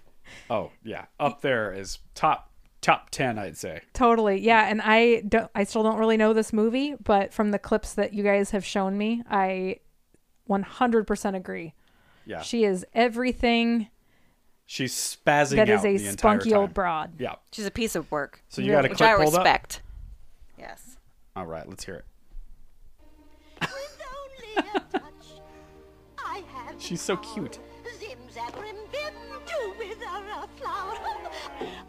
[SPEAKER 2] Oh, yeah. Up there is top top 10, I'd say.
[SPEAKER 1] Totally. Yeah, and I don't I still don't really know this movie, but from the clips that you guys have shown me, I 100% agree.
[SPEAKER 2] Yeah.
[SPEAKER 1] She is everything
[SPEAKER 2] She's spazzing
[SPEAKER 1] that is
[SPEAKER 2] out
[SPEAKER 1] a
[SPEAKER 2] the entire
[SPEAKER 1] spunky
[SPEAKER 2] time.
[SPEAKER 1] old broad.
[SPEAKER 2] Yeah.
[SPEAKER 3] She's a piece of work,
[SPEAKER 2] So you got a
[SPEAKER 3] which I
[SPEAKER 2] clip pulled up?
[SPEAKER 3] respect. Yes.
[SPEAKER 2] All right, let's hear it.
[SPEAKER 4] With only a touch, I have the
[SPEAKER 2] She's so
[SPEAKER 4] power.
[SPEAKER 2] cute.
[SPEAKER 4] Zimzabrim-bim, to wither a flower.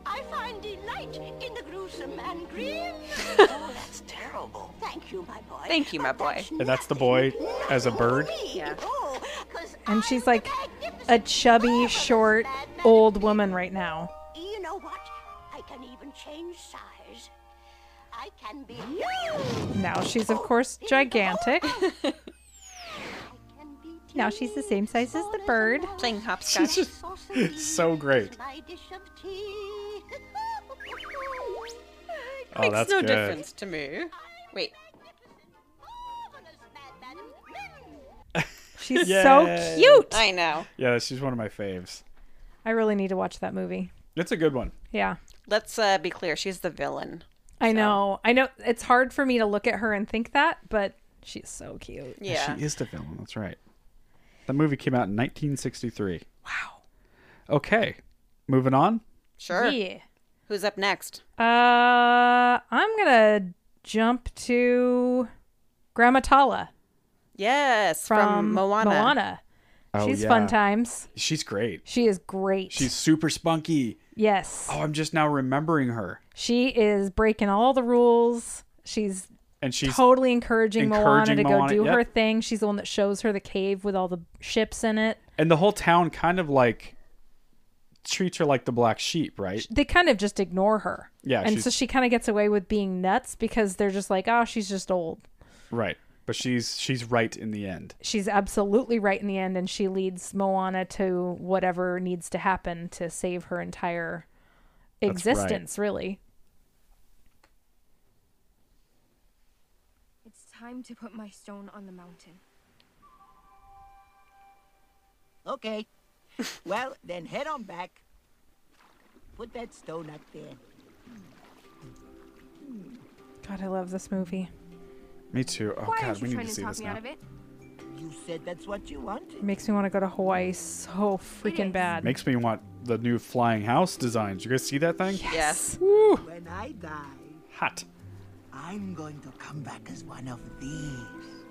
[SPEAKER 4] I find delight in the gruesome and grim. oh, that's terrible. Thank you, my boy.
[SPEAKER 3] Thank you, my
[SPEAKER 4] But
[SPEAKER 3] boy.
[SPEAKER 4] that's
[SPEAKER 2] And that's the boy
[SPEAKER 4] nothing-
[SPEAKER 2] as a
[SPEAKER 4] nothing
[SPEAKER 2] bird?
[SPEAKER 4] to me.
[SPEAKER 3] Yeah.
[SPEAKER 4] Oh, 'cause
[SPEAKER 1] And she's
[SPEAKER 4] I'm
[SPEAKER 1] like
[SPEAKER 4] the
[SPEAKER 1] a
[SPEAKER 4] magnificent,
[SPEAKER 1] chubby,
[SPEAKER 4] marvelous
[SPEAKER 1] short,
[SPEAKER 4] Mad Madam
[SPEAKER 1] old
[SPEAKER 4] Mim.
[SPEAKER 1] woman right now.
[SPEAKER 4] You know what? I can even change size. I can be huge.
[SPEAKER 1] Now she's of course gigantic.
[SPEAKER 4] I can be
[SPEAKER 1] Now she's the same size as the bird.
[SPEAKER 2] (laughs)
[SPEAKER 3] Playing hopscotch.
[SPEAKER 2] so (laughs) great.
[SPEAKER 4] My dish of tea. Magnificent,
[SPEAKER 2] Oh, that's
[SPEAKER 3] Makes no
[SPEAKER 2] good.
[SPEAKER 3] difference to me. Wait,
[SPEAKER 4] marvelous, Mad Madam Mim.
[SPEAKER 1] She's so
[SPEAKER 2] Yay.
[SPEAKER 1] cute.
[SPEAKER 3] I know.
[SPEAKER 2] Yeah, she's one of my faves.
[SPEAKER 1] I really need to watch that movie.
[SPEAKER 2] It's a good one.
[SPEAKER 1] Yeah.
[SPEAKER 3] Let's uh, be clear. She's the villain.
[SPEAKER 1] I know. I know it's hard for me to look at her and think that, but she's so cute.
[SPEAKER 3] Yeah.
[SPEAKER 2] She is the villain. That's right. That movie came out in 1963. Wow. Okay. Moving on.
[SPEAKER 3] Sure.
[SPEAKER 1] Yeah.
[SPEAKER 3] Who's up next?
[SPEAKER 1] Uh, I'm gonna jump to Grandma Tala
[SPEAKER 3] Yes,
[SPEAKER 1] from,
[SPEAKER 3] from, Moana.
[SPEAKER 1] Moana.
[SPEAKER 2] Oh,
[SPEAKER 1] She's
[SPEAKER 2] yeah.
[SPEAKER 1] fun times.
[SPEAKER 2] She's great.
[SPEAKER 1] She is great.
[SPEAKER 2] She's super spunky.
[SPEAKER 1] yes.
[SPEAKER 2] Oh, I'm just now remembering her.
[SPEAKER 1] She is breaking all the rules. She's
[SPEAKER 2] And she's
[SPEAKER 1] totally encouraging, Moana
[SPEAKER 2] encouraging
[SPEAKER 1] to
[SPEAKER 2] Moana,
[SPEAKER 1] go do
[SPEAKER 2] yep.
[SPEAKER 1] her thing. She's the one that shows her the cave with all the ships in it.
[SPEAKER 2] and the whole town kind of like treats her like the black sheep, right?
[SPEAKER 1] they kind of just ignore her.
[SPEAKER 2] Yeah,
[SPEAKER 1] And
[SPEAKER 2] she's-
[SPEAKER 1] so she kind of gets away with being nuts because they're just like, oh, she's just old.
[SPEAKER 2] Right. But she's she's right in the end.
[SPEAKER 1] She's absolutely right in the end, and she leads Moana to whatever needs to happen to save her entire
[SPEAKER 2] right.
[SPEAKER 1] existence, really.
[SPEAKER 5] It's time to put my stone on the mountain.
[SPEAKER 6] Okay. well, then head on back. Put that stone up there.
[SPEAKER 1] God, I love this movie.
[SPEAKER 2] Me too. Oh
[SPEAKER 5] Why
[SPEAKER 2] god,
[SPEAKER 5] aren't
[SPEAKER 2] we need
[SPEAKER 5] you trying
[SPEAKER 2] to
[SPEAKER 5] to
[SPEAKER 2] see
[SPEAKER 5] talk
[SPEAKER 2] this
[SPEAKER 5] me
[SPEAKER 2] now.
[SPEAKER 5] out of it?
[SPEAKER 6] You said that's what you
[SPEAKER 1] It
[SPEAKER 6] wanted.
[SPEAKER 1] makes me want to go to Hawaii so freaking
[SPEAKER 5] is.
[SPEAKER 1] bad.
[SPEAKER 2] Makes me want the new flying house designs. You guys see that thing?
[SPEAKER 3] Yes.
[SPEAKER 6] When I die,
[SPEAKER 2] Hot.
[SPEAKER 6] I'm going to come back as one of these.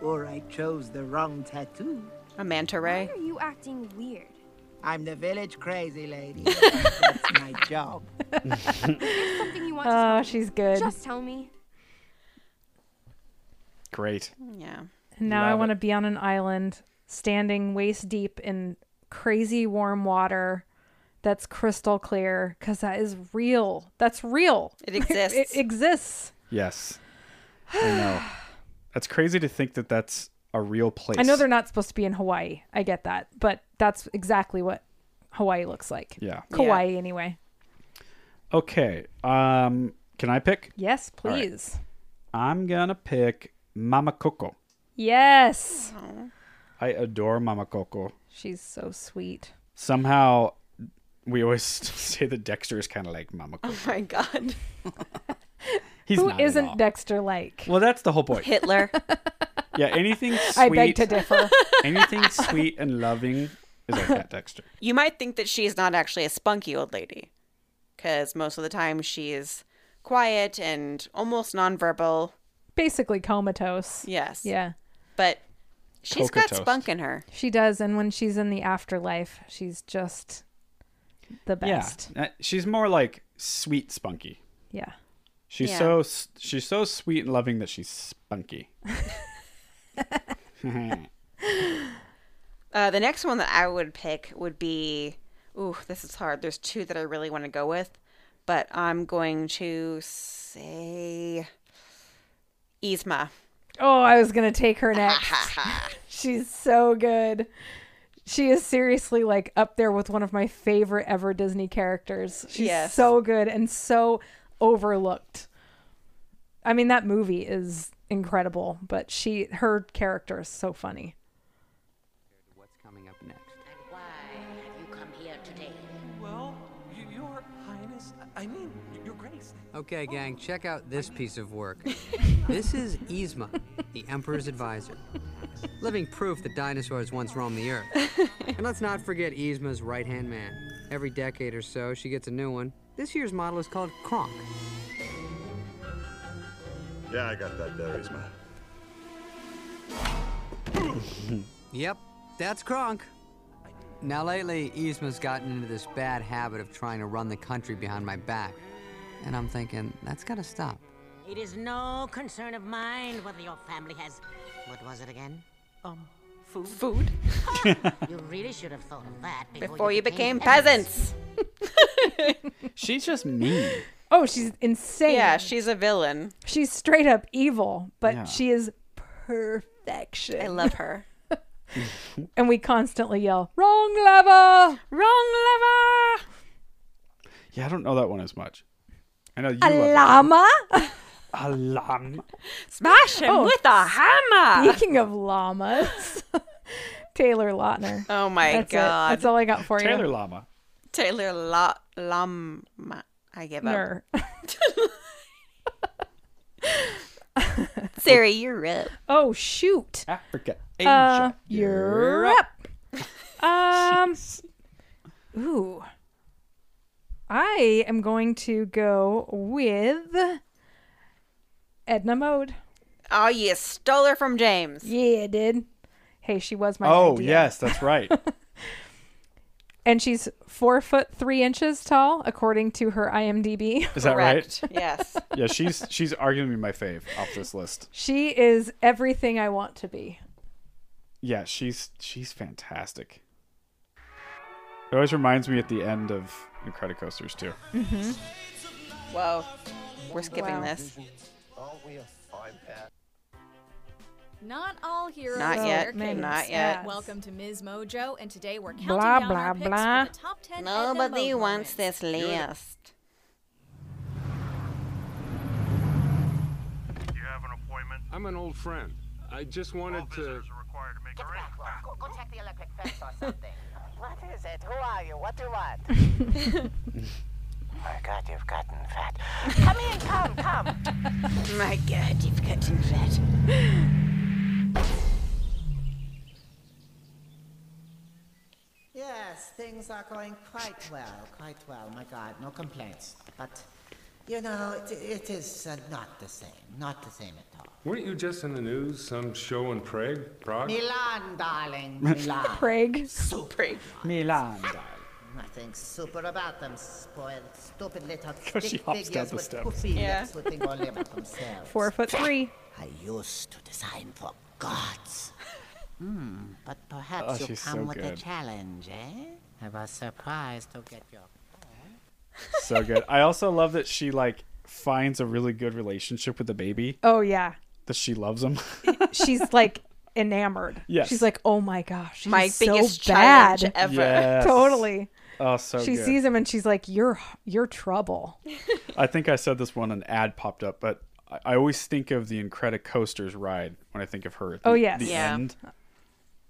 [SPEAKER 6] Or I chose the wrong tattoo.
[SPEAKER 3] A manta
[SPEAKER 5] Why
[SPEAKER 3] ray.
[SPEAKER 5] are you acting weird?
[SPEAKER 6] I'm the village crazy
[SPEAKER 7] (laughs)
[SPEAKER 6] lady. that's my job.
[SPEAKER 5] Something you
[SPEAKER 1] Oh,
[SPEAKER 5] want to tell me?
[SPEAKER 1] she's good.
[SPEAKER 5] Just tell me.
[SPEAKER 2] Great.
[SPEAKER 3] Yeah. (laughs)
[SPEAKER 1] And now I
[SPEAKER 2] Love
[SPEAKER 1] want
[SPEAKER 2] it.
[SPEAKER 1] to be on an island standing waist deep in crazy warm water that's crystal clear because that is real. That's real.
[SPEAKER 3] It exists.
[SPEAKER 1] (laughs) It exists.
[SPEAKER 2] Yes. I know. That's crazy to think that that's a real place.
[SPEAKER 1] I know they're not supposed to be in Hawaii. I get that. But that's exactly what Hawaii looks like.
[SPEAKER 2] Yeah.
[SPEAKER 1] Kauai, anyway.
[SPEAKER 2] Okay. Um can I pick?
[SPEAKER 1] Yes,
[SPEAKER 2] right.
[SPEAKER 1] please.
[SPEAKER 2] I'm going to pick Mama Coco.
[SPEAKER 1] Yes.
[SPEAKER 2] I adore Mama Coco.
[SPEAKER 1] She's so sweet.
[SPEAKER 2] Somehow we always (laughs) say that Dexter is kind of like Mama Coco.
[SPEAKER 3] Oh my god.
[SPEAKER 2] He's
[SPEAKER 1] Who
[SPEAKER 2] not at all.
[SPEAKER 1] isn't Dexter like?
[SPEAKER 2] Well, that's the whole point.
[SPEAKER 1] (laughs)
[SPEAKER 3] (laughs) Hitler.
[SPEAKER 2] Yeah, anything sweet,
[SPEAKER 1] I beg to differ.
[SPEAKER 2] (laughs) anything sweet and loving is our cat Dexter.
[SPEAKER 3] you might think that she's not actually a spunky old lady because most of the time she is quiet and almost nonverbal.
[SPEAKER 1] Basically comatose.
[SPEAKER 3] Yes.
[SPEAKER 1] Yeah.
[SPEAKER 3] But she's
[SPEAKER 2] Coca
[SPEAKER 3] got
[SPEAKER 2] toast.
[SPEAKER 3] spunk in her.
[SPEAKER 1] She does, and when she's in the afterlife, she's just the (laughs) best.
[SPEAKER 2] Yeah, uh, she's more like sweet spunky.
[SPEAKER 1] Yeah.
[SPEAKER 2] She's
[SPEAKER 3] Yeah.
[SPEAKER 2] so s- she's so sweet and loving that she's spunky.
[SPEAKER 3] Uh, the next one that I would pick would be. Ooh, this is hard. There's two that I really want to go with, but I'm going to say Yzma.
[SPEAKER 1] Oh, I was gonna take her next.
[SPEAKER 3] (laughs)
[SPEAKER 1] she's so good. She is seriously like up there with one of my favorite ever Disney characters. She's
[SPEAKER 3] Yes.
[SPEAKER 1] so good and so overlooked. I mean, that movie is incredible, but she her character is so funny.
[SPEAKER 8] What's coming up next?
[SPEAKER 7] And why have you come here today?
[SPEAKER 9] Well, y- your highness, I I mean, y- your grace.
[SPEAKER 8] Okay, gang, check out this piece of work. this is Yzma, the Emperor's advisor. Living proof that dinosaurs once roamed the earth. And let's not forget Yzma's right hand man. Every decade or so, she gets a new one. This year's model is called Kronk.
[SPEAKER 10] Yeah, I got that there, Isma.
[SPEAKER 8] Yep, that's Kronk. Now, lately, Yzma's gotten into this bad habit of trying to run the country behind my back. And I'm thinking, that's gotta stop.
[SPEAKER 7] It is no concern of mine whether your family has. What was it again?
[SPEAKER 3] Food
[SPEAKER 7] You really should have thought of that before,
[SPEAKER 3] before you became
[SPEAKER 7] peasants.
[SPEAKER 3] peasants.
[SPEAKER 2] she's just mean.
[SPEAKER 1] Oh, she's insane.
[SPEAKER 3] Yeah, she's a villain.
[SPEAKER 1] she's straight up evil, but
[SPEAKER 2] Yeah.
[SPEAKER 1] she is perfection.
[SPEAKER 3] I love her.
[SPEAKER 1] and we constantly yell, "Wrong level!
[SPEAKER 3] (laughs) Wrong lever.
[SPEAKER 2] Yeah, I don't know that one as much. I know you
[SPEAKER 1] A
[SPEAKER 2] love
[SPEAKER 1] llama."
[SPEAKER 2] it. a llama.
[SPEAKER 3] Smash him
[SPEAKER 1] Oh,
[SPEAKER 3] with a (laughs)
[SPEAKER 1] (laughs)
[SPEAKER 3] hammer.
[SPEAKER 1] Speaking of llamas, (laughs) Taylor Lautner.
[SPEAKER 3] Oh my
[SPEAKER 1] That's it.
[SPEAKER 3] god.
[SPEAKER 1] That's all I got for
[SPEAKER 2] Taylor
[SPEAKER 1] you.
[SPEAKER 2] llama.
[SPEAKER 3] Taylor La- Lama. I give up.
[SPEAKER 1] Ner.
[SPEAKER 3] Siri, you're up.
[SPEAKER 1] Oh shoot.
[SPEAKER 2] Africa.
[SPEAKER 1] Uh,
[SPEAKER 2] Asia.
[SPEAKER 1] you're up. Um. Ooh. I am going to go with Edna Mode.
[SPEAKER 3] Oh, you stole her from James.
[SPEAKER 1] Yeah, dude. Hey, she was my
[SPEAKER 2] Oh,
[SPEAKER 1] idea.
[SPEAKER 2] yes, that's right.
[SPEAKER 1] And she's four foot three inches tall, according to her IMDb.
[SPEAKER 2] Is that right?
[SPEAKER 3] Correct. Yes.
[SPEAKER 2] Yeah, she's she's arguably my fave off this list.
[SPEAKER 1] She is everything I want to be.
[SPEAKER 2] Yeah, she's she's fantastic. It always reminds me at the end of Incredicoasters too.
[SPEAKER 3] Mm-hmm. Whoa. We're skipping
[SPEAKER 11] Wow.
[SPEAKER 3] this.
[SPEAKER 11] Not all heroes
[SPEAKER 3] Not
[SPEAKER 11] are
[SPEAKER 3] yet,
[SPEAKER 11] Arcane.
[SPEAKER 3] maybe not yet.
[SPEAKER 11] Welcome to Ms. Mojo, and today we're counting
[SPEAKER 3] Blah,
[SPEAKER 11] down
[SPEAKER 3] blah,
[SPEAKER 11] our picks
[SPEAKER 3] blah.
[SPEAKER 11] for the top 10 at the
[SPEAKER 3] Nobody
[SPEAKER 11] Mojo moment.
[SPEAKER 3] wants this list.
[SPEAKER 12] You have an appointment? I'm an old friend. I just wanted to. are required to make arrangements.
[SPEAKER 13] Go, go check the electric fence or
[SPEAKER 3] (laughs)
[SPEAKER 13] something. what is it? Who are you? What do you
[SPEAKER 3] (laughs)
[SPEAKER 13] want? My God, you've gotten fat. Come in, come, come.
[SPEAKER 3] My God, you've gotten fat.
[SPEAKER 14] Yes, things are going quite well, quite well. My God, no complaints. But, you know, it, it is uh, not the same, not the same at all.
[SPEAKER 12] Weren't you just in the news? Some show in Prague? Prague?
[SPEAKER 14] Milan, darling, Milan.
[SPEAKER 1] Prague.
[SPEAKER 14] Super.
[SPEAKER 2] Milan.
[SPEAKER 14] Nothing super about them, spoiled, stupid little
[SPEAKER 2] Because she
[SPEAKER 14] stick
[SPEAKER 2] hops down
[SPEAKER 14] figures
[SPEAKER 2] the
[SPEAKER 14] with
[SPEAKER 2] steps.
[SPEAKER 14] poofy
[SPEAKER 2] Yeah.
[SPEAKER 14] lips who think only about themselves.
[SPEAKER 1] Four foot three.
[SPEAKER 14] I used to design for (laughs) gods. Hmm, but perhaps
[SPEAKER 6] Oh,
[SPEAKER 14] you
[SPEAKER 6] she's
[SPEAKER 14] come
[SPEAKER 6] so
[SPEAKER 14] with a
[SPEAKER 6] good.
[SPEAKER 14] challenge, eh? I was surprised to get your
[SPEAKER 2] so good. I also love that she like finds a really good relationship with the baby.
[SPEAKER 1] Oh yeah.
[SPEAKER 2] That she
[SPEAKER 1] (laughs)
[SPEAKER 2] loves him.
[SPEAKER 1] She's like enamored.
[SPEAKER 2] Yes.
[SPEAKER 1] She's like, oh my gosh, he's
[SPEAKER 3] My
[SPEAKER 1] so
[SPEAKER 3] biggest
[SPEAKER 1] bad.
[SPEAKER 3] challenge ever.
[SPEAKER 2] Yes.
[SPEAKER 1] Totally.
[SPEAKER 2] Oh, so
[SPEAKER 1] she
[SPEAKER 2] good.
[SPEAKER 1] sees him and she's like, "You're you're trouble."
[SPEAKER 2] I think I said this when an ad popped up, but I, I always think of the Incredicoasters ride when I think of her. At the,
[SPEAKER 1] Oh, yes.
[SPEAKER 2] the
[SPEAKER 1] Yeah.
[SPEAKER 2] end.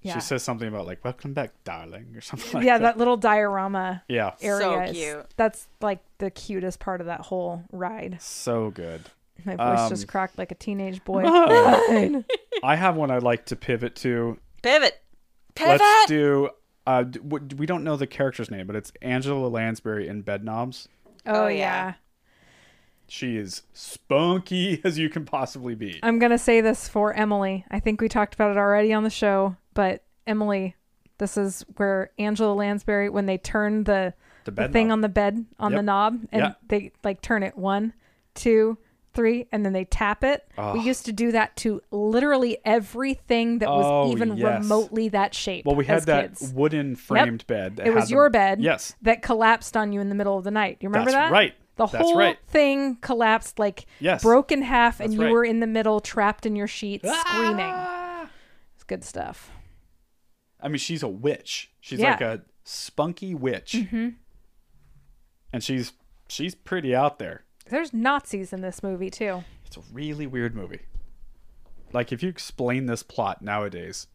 [SPEAKER 1] Yeah.
[SPEAKER 2] She says something about like "Welcome back, darling" or something. like
[SPEAKER 1] yeah,
[SPEAKER 2] that.
[SPEAKER 1] that little diorama
[SPEAKER 2] Yeah. So
[SPEAKER 1] area. is-
[SPEAKER 2] cute.
[SPEAKER 1] That's like the cutest part of that whole ride.
[SPEAKER 2] So good.
[SPEAKER 1] My voice
[SPEAKER 2] Um,
[SPEAKER 1] just cracked like a teenage
[SPEAKER 2] (laughs)
[SPEAKER 1] boy. (laughs) Oh,
[SPEAKER 2] Mine. I have one I'd like to pivot to.
[SPEAKER 3] Pivot. Pivot.
[SPEAKER 2] Let's do. Uh, d- w- we don't know the character's name, but it's Angela Lansbury in Bedknobs.
[SPEAKER 1] Oh, yeah.
[SPEAKER 2] She is spunky (laughs) as you can possibly be.
[SPEAKER 1] I'm gonna say this for Emily. I think we talked about it already on the show, but Emily, this is where Angela Lansbury when they turn the
[SPEAKER 2] The
[SPEAKER 1] the
[SPEAKER 2] bed
[SPEAKER 1] thing
[SPEAKER 2] knob.
[SPEAKER 1] on the bed on
[SPEAKER 2] Yep.
[SPEAKER 1] the knob and
[SPEAKER 2] Yeah.
[SPEAKER 1] they like turn it one, two, three, and then they tap it. We
[SPEAKER 2] Ugh.
[SPEAKER 1] used to do that to literally everything that was
[SPEAKER 2] Oh,
[SPEAKER 1] even
[SPEAKER 2] yes.
[SPEAKER 1] remotely that shape.
[SPEAKER 2] Well, we
[SPEAKER 1] as
[SPEAKER 2] had that
[SPEAKER 1] kids.
[SPEAKER 2] wooden
[SPEAKER 1] Yep.
[SPEAKER 2] framed bed. that
[SPEAKER 1] It was
[SPEAKER 2] had the-
[SPEAKER 1] your bed.
[SPEAKER 2] Yes.
[SPEAKER 1] That collapsed on you in the middle of the night. You remember
[SPEAKER 2] That's
[SPEAKER 1] that?
[SPEAKER 2] right.
[SPEAKER 1] The
[SPEAKER 2] That's
[SPEAKER 1] whole
[SPEAKER 2] right.
[SPEAKER 1] thing collapsed, like
[SPEAKER 2] Yes.
[SPEAKER 1] broke in half, and
[SPEAKER 2] That's
[SPEAKER 1] you
[SPEAKER 2] right. Ah!
[SPEAKER 1] were in the middle, trapped in your sheets, screaming. It's good stuff.
[SPEAKER 2] I mean, she's a witch. She's
[SPEAKER 1] Yeah.
[SPEAKER 2] like a spunky witch,
[SPEAKER 1] Mhm.
[SPEAKER 2] and she's she's pretty out there.
[SPEAKER 1] There's Nazis in this movie too. (laughs)
[SPEAKER 2] It's a really weird movie. Like if you explain this plot nowadays,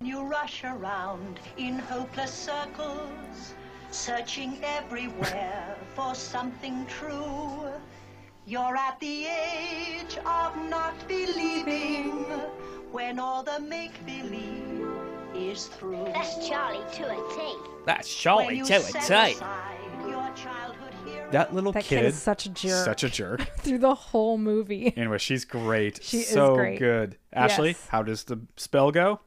[SPEAKER 15] You rush around in hopeless circles, searching everywhere for something true. You're at the age of not believing when all the make believe is through. That's Charlie to a T.
[SPEAKER 2] that's
[SPEAKER 15] When you set aside your childhood hero-
[SPEAKER 2] That little
[SPEAKER 1] That
[SPEAKER 2] kid,
[SPEAKER 1] kid is such a jerk.
[SPEAKER 2] Such a jerk.
[SPEAKER 1] (laughs) Through the whole movie.
[SPEAKER 2] anyway, she's great.
[SPEAKER 1] She is
[SPEAKER 2] so
[SPEAKER 1] great.
[SPEAKER 2] good. Ashley,
[SPEAKER 1] Yes.
[SPEAKER 2] how does the spell go?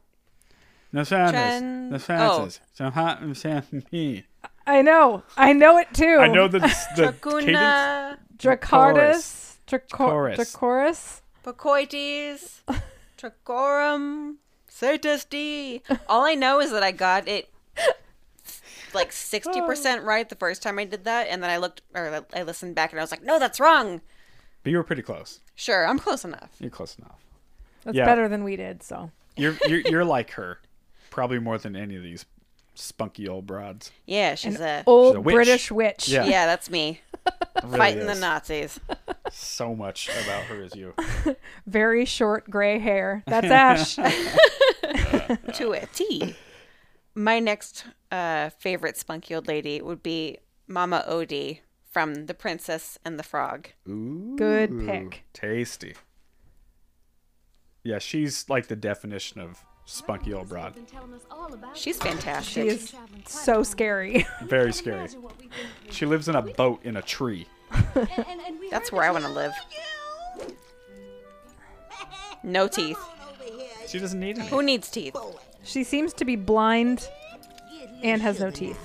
[SPEAKER 2] No Sanders.
[SPEAKER 1] Jen-
[SPEAKER 2] No
[SPEAKER 1] Oh.
[SPEAKER 2] Sanders. So hot and (laughs) sandy.
[SPEAKER 1] I know. I know it too.
[SPEAKER 2] I know the the cadence.
[SPEAKER 1] Dracarys.
[SPEAKER 2] Chorus.
[SPEAKER 1] Dracor- Dracorus.
[SPEAKER 3] Bacoides, Trichorum, Satis D. All I know is that I got it like 60% right the first time I did that, and then I looked or I listened back and I was like, no, that's wrong.
[SPEAKER 2] But you were pretty close.
[SPEAKER 3] Sure, I'm close enough.
[SPEAKER 2] You're close enough.
[SPEAKER 1] That's
[SPEAKER 2] Yeah.
[SPEAKER 1] better than we did. So
[SPEAKER 2] You're you're, you're like her, probably more than any of these spunky old broads.
[SPEAKER 3] Yeah, she's
[SPEAKER 1] An
[SPEAKER 3] a
[SPEAKER 1] old She's a witch. British witch.
[SPEAKER 3] Yeah,
[SPEAKER 2] Yeah.
[SPEAKER 3] that's me.
[SPEAKER 2] Really
[SPEAKER 3] Fighting the
[SPEAKER 2] is.
[SPEAKER 3] Nazis.
[SPEAKER 2] So much about her is you.
[SPEAKER 1] very short gray hair.
[SPEAKER 2] (laughs)
[SPEAKER 1] That's Ash.
[SPEAKER 3] to a T. My next uh, favorite spunky old lady would be Mama Odie from The Princess and the Frog.
[SPEAKER 2] Ooh,
[SPEAKER 3] Good pick.
[SPEAKER 2] Tasty. Yeah, she's like the definition of spunky old broad.
[SPEAKER 3] She's fantastic.
[SPEAKER 1] she is so scary.
[SPEAKER 2] Very scary. She lives in a boat in a tree.
[SPEAKER 3] That's where I want to live. No teeth.
[SPEAKER 2] She doesn't need any.
[SPEAKER 3] Who needs teeth?
[SPEAKER 1] She seems to be blind and has no teeth.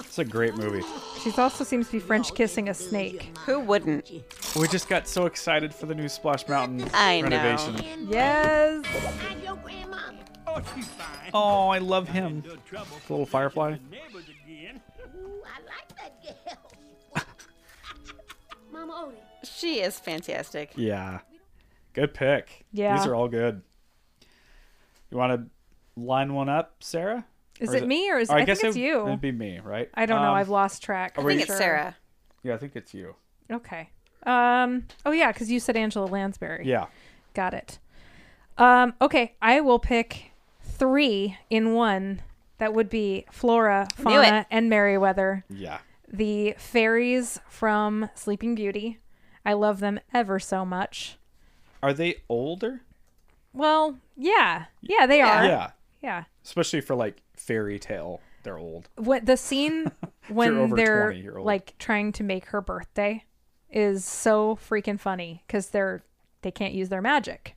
[SPEAKER 2] It's a great movie.
[SPEAKER 1] She also seems to be French kissing a snake.
[SPEAKER 3] Who wouldn't?
[SPEAKER 2] We just got so excited for the new Splash Mountain
[SPEAKER 3] I know.
[SPEAKER 2] renovation.
[SPEAKER 1] Yes.
[SPEAKER 2] Oh, I love him. The little firefly.
[SPEAKER 4] I like that girl.
[SPEAKER 15] (laughs)
[SPEAKER 5] Mama Odie.
[SPEAKER 3] She is fantastic.
[SPEAKER 2] Yeah. Good pick.
[SPEAKER 3] Yeah.
[SPEAKER 2] These are all good. You want to line one up, Sarah?
[SPEAKER 1] Is
[SPEAKER 2] Or
[SPEAKER 1] it me or is-
[SPEAKER 2] I,
[SPEAKER 1] I think
[SPEAKER 2] guess
[SPEAKER 1] it's
[SPEAKER 2] it,
[SPEAKER 1] you.
[SPEAKER 2] It'd be me, right?
[SPEAKER 1] I don't know.
[SPEAKER 2] Um,
[SPEAKER 1] I've lost track.
[SPEAKER 2] are we-
[SPEAKER 3] Sarah.
[SPEAKER 2] Yeah, I think it's you.
[SPEAKER 1] Okay. Um. Oh yeah, because you said Angela Lansbury.
[SPEAKER 2] Yeah.
[SPEAKER 1] Got it. Um. Okay. I will pick three in one. That would be Flora,
[SPEAKER 3] Knew
[SPEAKER 1] Fauna,
[SPEAKER 3] it.
[SPEAKER 1] and Merriweather.
[SPEAKER 2] Yeah.
[SPEAKER 1] The fairies from Sleeping Beauty. I love them ever so much.
[SPEAKER 2] Are they older?
[SPEAKER 1] Well, yeah, yeah, they are.
[SPEAKER 2] Yeah.
[SPEAKER 1] yeah.
[SPEAKER 2] Especially for like fairy tale, they're old.
[SPEAKER 1] What the
[SPEAKER 2] (laughs)
[SPEAKER 1] scene
[SPEAKER 2] you're
[SPEAKER 1] when
[SPEAKER 2] over
[SPEAKER 1] they're
[SPEAKER 2] 20, you're old.
[SPEAKER 1] like trying to make her birthday is so freaking funny because they're they can't use their magic.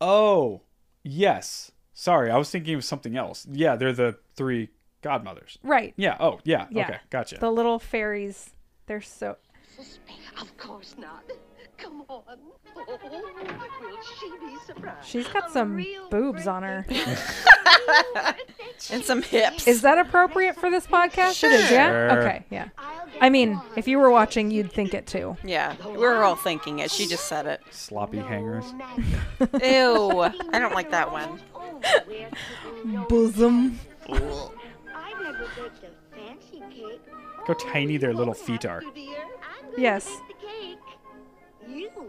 [SPEAKER 2] Oh, yes. Sorry, I was thinking of something else. Yeah, they're the three godmothers.
[SPEAKER 1] Right.
[SPEAKER 2] Yeah. Oh, yeah.
[SPEAKER 1] Yeah.
[SPEAKER 2] Okay. Gotcha.
[SPEAKER 1] The little fairies, they're so.
[SPEAKER 4] Of course not. Come on. Oh, will she be surprised?
[SPEAKER 1] She's got some boobs on her.
[SPEAKER 3] (laughs) and some hips. (laughs)
[SPEAKER 1] Is that appropriate for this podcast? It is, yeah.
[SPEAKER 3] Sure.
[SPEAKER 1] Okay, yeah. I mean, if you were watching, you'd think it too.
[SPEAKER 3] Yeah, we're all thinking it. She just said it.
[SPEAKER 2] Sloppy hangers.
[SPEAKER 3] (laughs) Ew, I don't like that
[SPEAKER 4] (laughs)
[SPEAKER 3] one.
[SPEAKER 1] Bosom.
[SPEAKER 4] I've never baked a fancy cake.
[SPEAKER 2] Look how tiny their little feet are.
[SPEAKER 4] Dear, I'm going
[SPEAKER 1] Yes.
[SPEAKER 4] to bake the cake. You know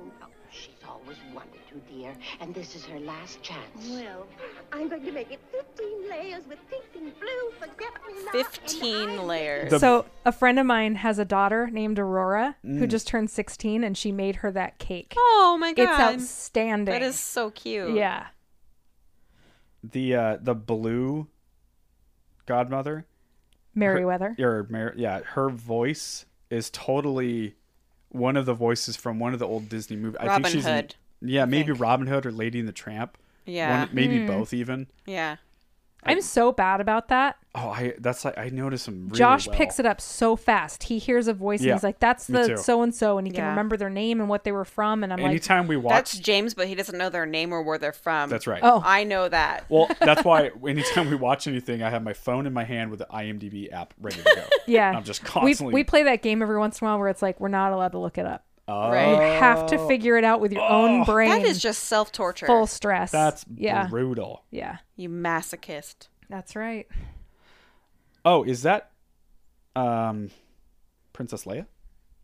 [SPEAKER 4] she's always wanted to, dear, and this is her last chance. Well, I'm going to make it 15 layers with pink and blue, forget me not.
[SPEAKER 3] 15 layers.
[SPEAKER 1] so a friend of mine has a daughter named Aurora who
[SPEAKER 3] Mm.
[SPEAKER 1] just turned 16 and she made her that cake.
[SPEAKER 3] Oh my god.
[SPEAKER 1] It's outstanding.
[SPEAKER 3] That is so cute.
[SPEAKER 1] Yeah.
[SPEAKER 2] The uh the blue godmother.
[SPEAKER 1] Merriweather.
[SPEAKER 2] Her, or Mer- yeah, her voice is totally one of the voices from one of the old Disney movies. I
[SPEAKER 3] Robin
[SPEAKER 2] think she's in-
[SPEAKER 3] Hood,
[SPEAKER 2] yeah, maybe Robin Hood or Lady and the Tramp.
[SPEAKER 3] Yeah.
[SPEAKER 2] One- maybe
[SPEAKER 1] Hmm.
[SPEAKER 2] both even.
[SPEAKER 3] Yeah.
[SPEAKER 1] I'm so bad about that.
[SPEAKER 2] Oh, I that's like I noticed them. Really
[SPEAKER 1] Josh
[SPEAKER 2] well.
[SPEAKER 1] picks it up so fast. He hears a voice
[SPEAKER 2] Yeah,
[SPEAKER 1] and he's like, that's
[SPEAKER 2] me
[SPEAKER 1] the
[SPEAKER 2] too.
[SPEAKER 1] so and so. And he can
[SPEAKER 3] Yeah.
[SPEAKER 1] remember their name and what they were from. And I'm
[SPEAKER 2] Anytime we watch,
[SPEAKER 3] That's James, but he doesn't know their name or where they're
[SPEAKER 2] (laughs)
[SPEAKER 3] from.
[SPEAKER 2] That's right.
[SPEAKER 1] Oh.
[SPEAKER 3] I know that.
[SPEAKER 1] (laughs)
[SPEAKER 2] well, that's why anytime we watch anything, I have my phone in my hand with the IMDb app ready
[SPEAKER 1] (laughs)
[SPEAKER 2] to go.
[SPEAKER 1] like, yeah.
[SPEAKER 2] I'm just
[SPEAKER 1] We-
[SPEAKER 2] constantly.
[SPEAKER 1] We, play that game every once in a while where it's like, we're not allowed to look it up.
[SPEAKER 2] Oh.
[SPEAKER 1] You have to
[SPEAKER 2] Right.
[SPEAKER 1] figure it out with your own brain.
[SPEAKER 3] That is just self torture.
[SPEAKER 1] full stress.
[SPEAKER 2] That's
[SPEAKER 1] yeah.
[SPEAKER 2] brutal.
[SPEAKER 1] Yeah.
[SPEAKER 3] You masochist.
[SPEAKER 1] That's right.
[SPEAKER 2] Oh, is that um, Princess Leia?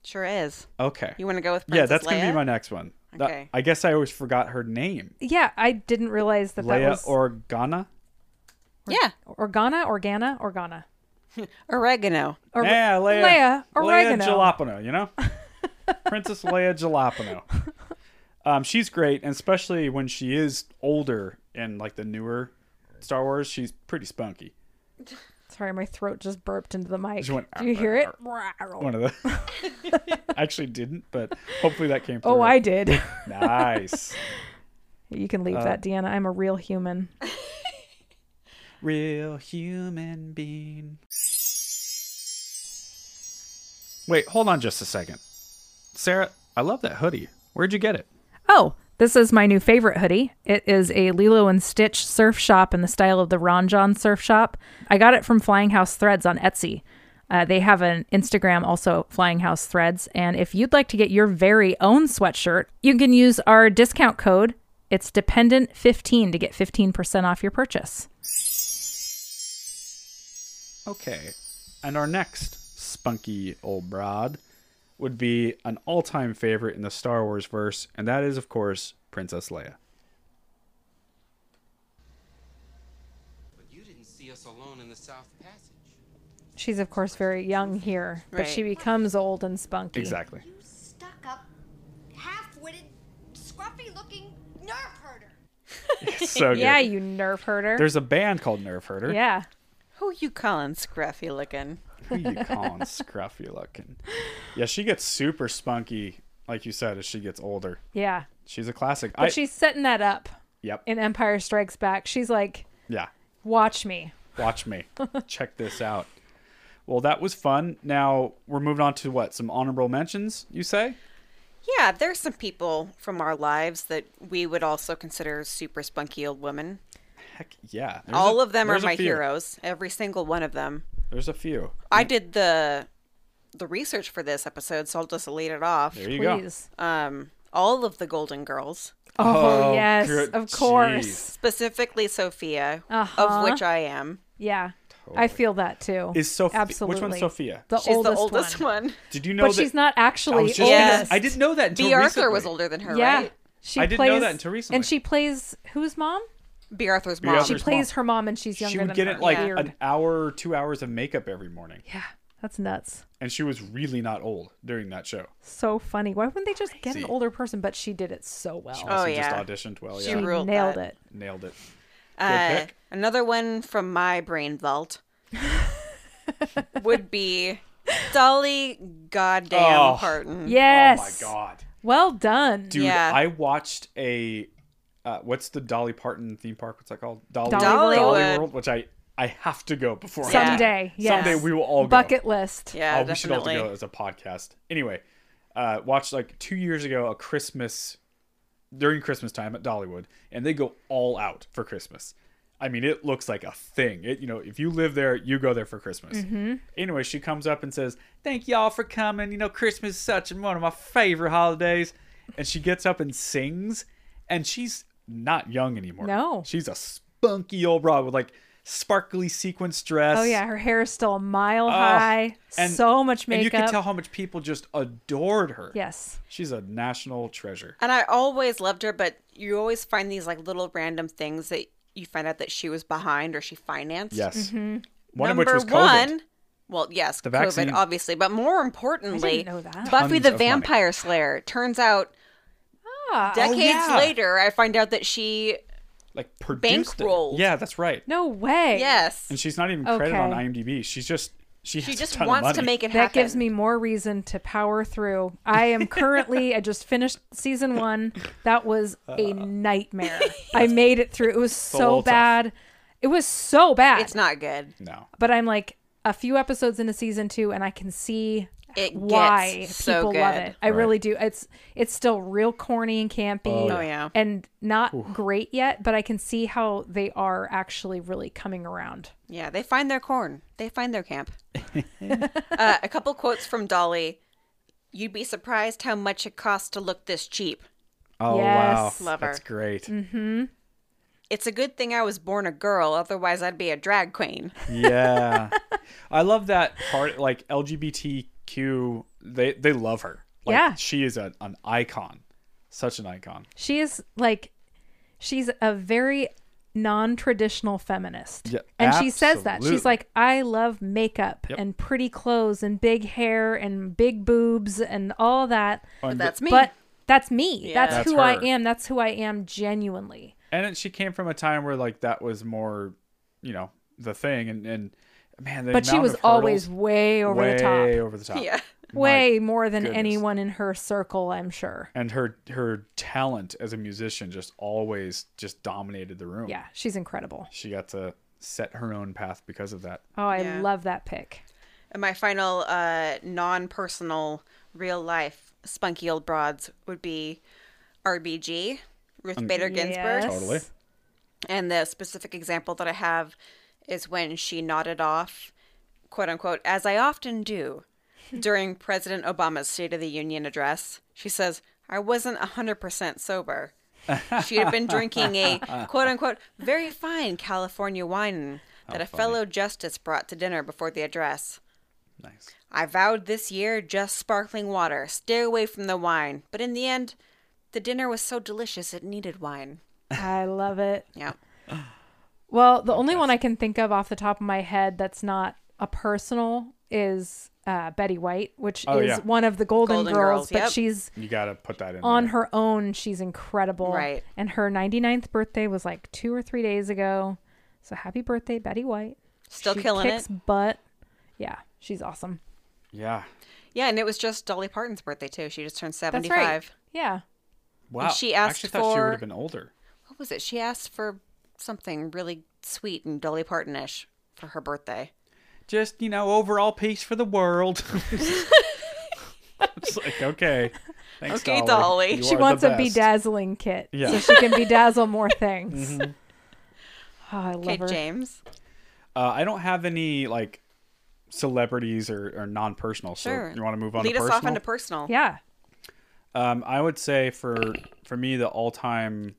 [SPEAKER 3] Sure is.
[SPEAKER 2] Okay.
[SPEAKER 3] You want to go with
[SPEAKER 2] yeah,
[SPEAKER 3] Princess
[SPEAKER 2] that's gonna
[SPEAKER 3] Leia?
[SPEAKER 2] be my next one. That-
[SPEAKER 3] Okay.
[SPEAKER 2] I guess I always forgot her name.
[SPEAKER 1] Yeah, I didn't realize that that
[SPEAKER 2] Leia
[SPEAKER 1] was
[SPEAKER 2] Organa.
[SPEAKER 3] yeah.
[SPEAKER 1] Organa, Organa, Organa.
[SPEAKER 3] Oregano.
[SPEAKER 1] Or-
[SPEAKER 2] yeah,
[SPEAKER 1] Leia
[SPEAKER 2] Leia. Leia
[SPEAKER 1] Oregano.
[SPEAKER 2] Jalapeno,
[SPEAKER 1] (laughs)
[SPEAKER 2] you know? Princess Leia Jalapeno. Um, she's great, and especially when she is older in like the newer Star Wars, she's pretty spunky.
[SPEAKER 1] Sorry, my throat just burped into the mic.
[SPEAKER 2] She went,
[SPEAKER 1] Do you hear
[SPEAKER 2] (laughs)
[SPEAKER 1] it? Oh.
[SPEAKER 2] One of the
[SPEAKER 1] (laughs)
[SPEAKER 2] (laughs) I actually didn't, but hopefully that came through.
[SPEAKER 1] Oh, I did. (laughs)
[SPEAKER 2] nice.
[SPEAKER 1] You can leave
[SPEAKER 2] Uh,
[SPEAKER 1] that, Deanna. I'm a real human.
[SPEAKER 2] Real human being. Wait, hold on just a second. Sarah, I love that hoodie. Where'd you get it?
[SPEAKER 1] Oh, this is my new favorite hoodie. It is a Lilo and Stitch surf shop in the style of the Ron John surf shop. I got it from Flying House Threads on Etsy. Uh, they have an Instagram also, Flying House Threads. And if you'd like to get your very own sweatshirt, you can use our discount code. It's dependent15 to get 15% off your purchase.
[SPEAKER 2] Okay. And our next spunky old broad would be an all time favorite in the Star Wars verse, and that is, of course, Princess Leia.
[SPEAKER 16] You didn't see us alone in the South Passage.
[SPEAKER 1] She's, of course, very young here,
[SPEAKER 16] but Right. she
[SPEAKER 1] becomes old and spunky. (laughs)
[SPEAKER 2] Exactly. (laughs)
[SPEAKER 5] Stuck up, half-witted, scruffy-looking nerve herder.
[SPEAKER 2] So good.
[SPEAKER 1] yeah, you nerve herder.
[SPEAKER 2] There's a band called Nerve Herder.
[SPEAKER 1] Yeah.
[SPEAKER 3] Who you calling scruffy looking?
[SPEAKER 2] Who you
[SPEAKER 1] (laughs)
[SPEAKER 2] calling scruffy looking? Yeah, she gets super spunky, like you said, as she gets older.
[SPEAKER 1] Yeah.
[SPEAKER 2] She's a classic.
[SPEAKER 1] But
[SPEAKER 2] I-
[SPEAKER 1] she's setting that up.
[SPEAKER 2] Yep.
[SPEAKER 1] In Empire Strikes Back, she's like,
[SPEAKER 2] Yeah.
[SPEAKER 1] "Watch me."
[SPEAKER 2] Watch me.
[SPEAKER 1] (laughs)
[SPEAKER 2] Check this out. Well, that was fun. Now we're moving on to what? Some honorable mentions, you say?
[SPEAKER 3] Yeah, there's some people from our lives that we would also consider super spunky old women.
[SPEAKER 2] Yeah. there's
[SPEAKER 3] All
[SPEAKER 2] a-
[SPEAKER 3] of them are
[SPEAKER 2] there's a
[SPEAKER 3] my
[SPEAKER 2] few.
[SPEAKER 3] heroes. Every single one of them.
[SPEAKER 2] There's a few.
[SPEAKER 3] I did the the research for this episode, so I'll just lead it off.
[SPEAKER 2] There you go. Please.
[SPEAKER 3] Um, all of the Golden Girls.
[SPEAKER 1] Oh, Oh, yes, good- of course. jeez.
[SPEAKER 3] Specifically Sophia,
[SPEAKER 1] Uh-huh.
[SPEAKER 3] of which I am.
[SPEAKER 1] Yeah. I feel that too.
[SPEAKER 2] Is Soph- which one's
[SPEAKER 1] Absolutely.
[SPEAKER 2] Sophia?
[SPEAKER 1] The
[SPEAKER 3] She's
[SPEAKER 1] oldest,
[SPEAKER 3] the oldest one.
[SPEAKER 2] Did you know
[SPEAKER 1] But
[SPEAKER 2] that-
[SPEAKER 1] she's not
[SPEAKER 2] I was
[SPEAKER 1] actually
[SPEAKER 2] just gonna-
[SPEAKER 1] oldest.
[SPEAKER 2] I didn't know that until
[SPEAKER 3] B. Arthur
[SPEAKER 2] recently.
[SPEAKER 3] was older than her,
[SPEAKER 1] yeah.
[SPEAKER 3] right?
[SPEAKER 1] She
[SPEAKER 2] I didn't
[SPEAKER 1] plays,
[SPEAKER 2] know that until recently.
[SPEAKER 1] And she plays whose mom?
[SPEAKER 3] B. Arthur's
[SPEAKER 2] B. mom.
[SPEAKER 1] She
[SPEAKER 2] Arthur's
[SPEAKER 1] plays
[SPEAKER 2] mom.
[SPEAKER 1] her mom, and she's younger
[SPEAKER 2] She would
[SPEAKER 1] than
[SPEAKER 2] get
[SPEAKER 1] her.
[SPEAKER 2] it like
[SPEAKER 1] Weird.
[SPEAKER 2] an hour, two hours of makeup every morning.
[SPEAKER 1] Yeah. That's nuts.
[SPEAKER 2] And she was really not old during that show.
[SPEAKER 1] So funny. Why wouldn't they just get an
[SPEAKER 2] Crazy.
[SPEAKER 1] older person? But she did it so well.
[SPEAKER 2] She also just auditioned well.
[SPEAKER 1] Oh, She
[SPEAKER 2] yeah.
[SPEAKER 1] ruled nailed it.
[SPEAKER 2] Nailed it. Good
[SPEAKER 3] Uh,
[SPEAKER 2] pick.
[SPEAKER 3] another one from my brain vault would be Dolly Goddamn
[SPEAKER 2] Oh.
[SPEAKER 3] Parton.
[SPEAKER 1] Yes.
[SPEAKER 2] Oh my god.
[SPEAKER 1] Well done.
[SPEAKER 2] Dude, I watched a uh, what's the Dolly Parton theme park? What's that called? Dolly,
[SPEAKER 1] Dollywood.
[SPEAKER 2] Dolly World, which I I have to go before I die.
[SPEAKER 1] Someday, yes.
[SPEAKER 2] Someday we will all go.
[SPEAKER 1] Bucket list. Yeah,
[SPEAKER 2] oh, we should all
[SPEAKER 1] definitely.
[SPEAKER 2] go as a podcast. Anyway, uh, watched like two years ago a Christmas during Christmas time at Dollywood, and they go all out for Christmas. I mean, it looks like a thing. It you know, if you live there, you go there for Christmas.
[SPEAKER 1] Mm-hmm.
[SPEAKER 17] Mhm.
[SPEAKER 2] Anyway, she comes up and says, "Thank y'all for coming. You know, Christmas is such one of my favorite holidays." And she gets up and sings, and she's not young anymore.
[SPEAKER 1] No.
[SPEAKER 2] she's a spunky old broad with like sparkly sequence dress.
[SPEAKER 1] Oh yeah, her hair is still a mile
[SPEAKER 2] Oh,
[SPEAKER 1] high. so much
[SPEAKER 2] And you
[SPEAKER 1] makeup.
[SPEAKER 2] can tell how much people just adored her.
[SPEAKER 1] Yes.
[SPEAKER 2] She's a national treasure.
[SPEAKER 3] And I always loved her, but you always find these like little random things that you find out that she was behind or she financed.
[SPEAKER 1] Mhm.
[SPEAKER 2] Yes. One of
[SPEAKER 3] Mm-hmm. Number
[SPEAKER 2] which was COVID.
[SPEAKER 3] one. Well, yes,
[SPEAKER 2] The
[SPEAKER 3] COVID,
[SPEAKER 2] vaccine.
[SPEAKER 3] obviously, but more importantly,
[SPEAKER 1] know that.
[SPEAKER 3] Buffy
[SPEAKER 2] Tons of
[SPEAKER 3] the
[SPEAKER 2] money.
[SPEAKER 3] Vampire Slayer. Turns out,
[SPEAKER 1] Ah.
[SPEAKER 3] decades
[SPEAKER 1] yeah.
[SPEAKER 3] later, I find out that she
[SPEAKER 2] Like produced it.
[SPEAKER 3] Bankrolled.
[SPEAKER 2] Yeah, that's right.
[SPEAKER 1] No way.
[SPEAKER 3] Yes.
[SPEAKER 2] And she's not even credited on
[SPEAKER 1] Okay.
[SPEAKER 2] IMDb. She's just she,
[SPEAKER 3] She
[SPEAKER 2] has
[SPEAKER 3] just
[SPEAKER 2] a ton
[SPEAKER 3] wants
[SPEAKER 2] of
[SPEAKER 3] to
[SPEAKER 2] money.
[SPEAKER 3] make it
[SPEAKER 1] That gives me more reason to power through. I am currently, I just finished season one. That was
[SPEAKER 2] Uh,
[SPEAKER 1] a
[SPEAKER 2] (laughs)
[SPEAKER 1] nightmare. I made it through. It was
[SPEAKER 3] a little
[SPEAKER 1] so
[SPEAKER 3] tough.
[SPEAKER 1] bad. It was so bad.
[SPEAKER 3] it's not good.
[SPEAKER 2] No.
[SPEAKER 1] But I'm like a few episodes into season two, and I can see
[SPEAKER 3] It
[SPEAKER 1] why
[SPEAKER 3] gets so
[SPEAKER 1] people love
[SPEAKER 3] good.
[SPEAKER 1] it. I
[SPEAKER 3] Right.
[SPEAKER 1] really do. It's it's still real corny and campy.
[SPEAKER 3] Oh, yeah. Oh, yeah.
[SPEAKER 1] and not
[SPEAKER 3] Oof.
[SPEAKER 1] great yet. But I can see how they are actually really coming around.
[SPEAKER 3] Yeah, they find their corn. They find their camp. uh, a couple quotes from Dolly. You'd be surprised how much it costs to look this cheap.
[SPEAKER 2] Oh wow.
[SPEAKER 3] Love her.
[SPEAKER 2] That's great.
[SPEAKER 3] Mm-hmm. It's a good thing I was born a girl, otherwise I'd be a drag queen. (laughs)
[SPEAKER 2] Yeah. I love that part like LGBTQ they they love her. Like,
[SPEAKER 1] Yeah.
[SPEAKER 2] She is a, an icon. Such an icon.
[SPEAKER 1] She is like, she's a very non-traditional feminist,
[SPEAKER 2] Yeah,
[SPEAKER 1] and she says that she's
[SPEAKER 2] absolutely.
[SPEAKER 1] like, I love makeup and pretty clothes and big hair and big boobs and all that.
[SPEAKER 2] But And- that's me.
[SPEAKER 1] But that's me.
[SPEAKER 2] Yeah.
[SPEAKER 1] That's,
[SPEAKER 2] That's
[SPEAKER 1] who I
[SPEAKER 2] her.
[SPEAKER 1] am. That's who I am genuinely.
[SPEAKER 2] And then she came from a time where like that was more, you know, the thing and and man, the
[SPEAKER 1] but she
[SPEAKER 2] amount
[SPEAKER 1] was
[SPEAKER 2] of hurdles-
[SPEAKER 1] always way over the top.
[SPEAKER 2] Way over the top. My
[SPEAKER 1] Way more than
[SPEAKER 2] goodness.
[SPEAKER 1] anyone in her circle, I'm sure.
[SPEAKER 2] and her her talent as a musician just always just dominated the room.
[SPEAKER 1] Yeah, she's incredible.
[SPEAKER 2] She got to set her own path because of that.
[SPEAKER 1] Oh, I
[SPEAKER 3] Yeah.
[SPEAKER 1] love that pick.
[SPEAKER 3] And my final uh, non personal, real life spunky old broads would be RBG, Ruth
[SPEAKER 2] Mm.
[SPEAKER 3] Bader Ginsburg.
[SPEAKER 2] Totally.
[SPEAKER 3] And the specific example that I have is when she nodded off, quote unquote, as I often do during President Obama's State of the Union address. She says, I wasn't 100% sober. She had been drinking a quote unquote very fine California wine that a fellow justice brought to dinner before the address.
[SPEAKER 2] Nice.
[SPEAKER 3] I vowed this year just sparkling water, stay away from the wine. But in the end, the dinner was so delicious it needed wine.
[SPEAKER 1] I love it.
[SPEAKER 3] Yeah.
[SPEAKER 1] Well, the only one I can think of off the top of my head that's not a personal is uh, Betty White, which
[SPEAKER 2] Oh,
[SPEAKER 1] is
[SPEAKER 2] yeah.
[SPEAKER 1] one of the Golden,
[SPEAKER 3] Golden
[SPEAKER 1] Girls,
[SPEAKER 3] Girls,
[SPEAKER 1] but
[SPEAKER 3] yep.
[SPEAKER 1] she's
[SPEAKER 2] You got to put that in
[SPEAKER 1] on
[SPEAKER 2] there.
[SPEAKER 1] her own. She's incredible.
[SPEAKER 3] Right.
[SPEAKER 1] And her 99th birthday was like two or three days ago. So happy birthday, Betty White.
[SPEAKER 3] Still
[SPEAKER 1] She
[SPEAKER 3] killing
[SPEAKER 1] kicks
[SPEAKER 3] it.
[SPEAKER 1] butt. Yeah, she's awesome.
[SPEAKER 2] Yeah.
[SPEAKER 3] Yeah, and it was just Dolly Parton's birthday too. She just turned
[SPEAKER 1] That's
[SPEAKER 3] seventy
[SPEAKER 1] right.
[SPEAKER 3] five.
[SPEAKER 1] Yeah.
[SPEAKER 2] Wow.
[SPEAKER 3] she
[SPEAKER 2] I
[SPEAKER 3] asked
[SPEAKER 2] actually thought she would
[SPEAKER 3] for-
[SPEAKER 2] have been older.
[SPEAKER 3] What was it? She asked for something really sweet and Dolly Partonish for her birthday.
[SPEAKER 2] Just, you know, overall peace for the
[SPEAKER 3] (laughs)
[SPEAKER 2] world. (laughs) it's like, okay. Thanks,
[SPEAKER 3] Okay,
[SPEAKER 2] Dolly.
[SPEAKER 3] Dolly.
[SPEAKER 2] You
[SPEAKER 1] she
[SPEAKER 2] are the
[SPEAKER 1] wants a
[SPEAKER 2] best.
[SPEAKER 1] bedazzling kit
[SPEAKER 2] Yeah.
[SPEAKER 1] so she can bedazzle more (laughs) things.
[SPEAKER 2] Mhm.
[SPEAKER 1] Oh, I love
[SPEAKER 3] Okay,
[SPEAKER 1] her.
[SPEAKER 3] James.
[SPEAKER 2] Uh, I don't have any like celebrities or, or non-personal.
[SPEAKER 3] Sure.
[SPEAKER 2] So you want to move on?
[SPEAKER 3] Lead
[SPEAKER 2] to
[SPEAKER 3] us
[SPEAKER 2] personal?
[SPEAKER 3] off into personal.
[SPEAKER 1] Yeah.
[SPEAKER 2] Um, I would say for for me, the all time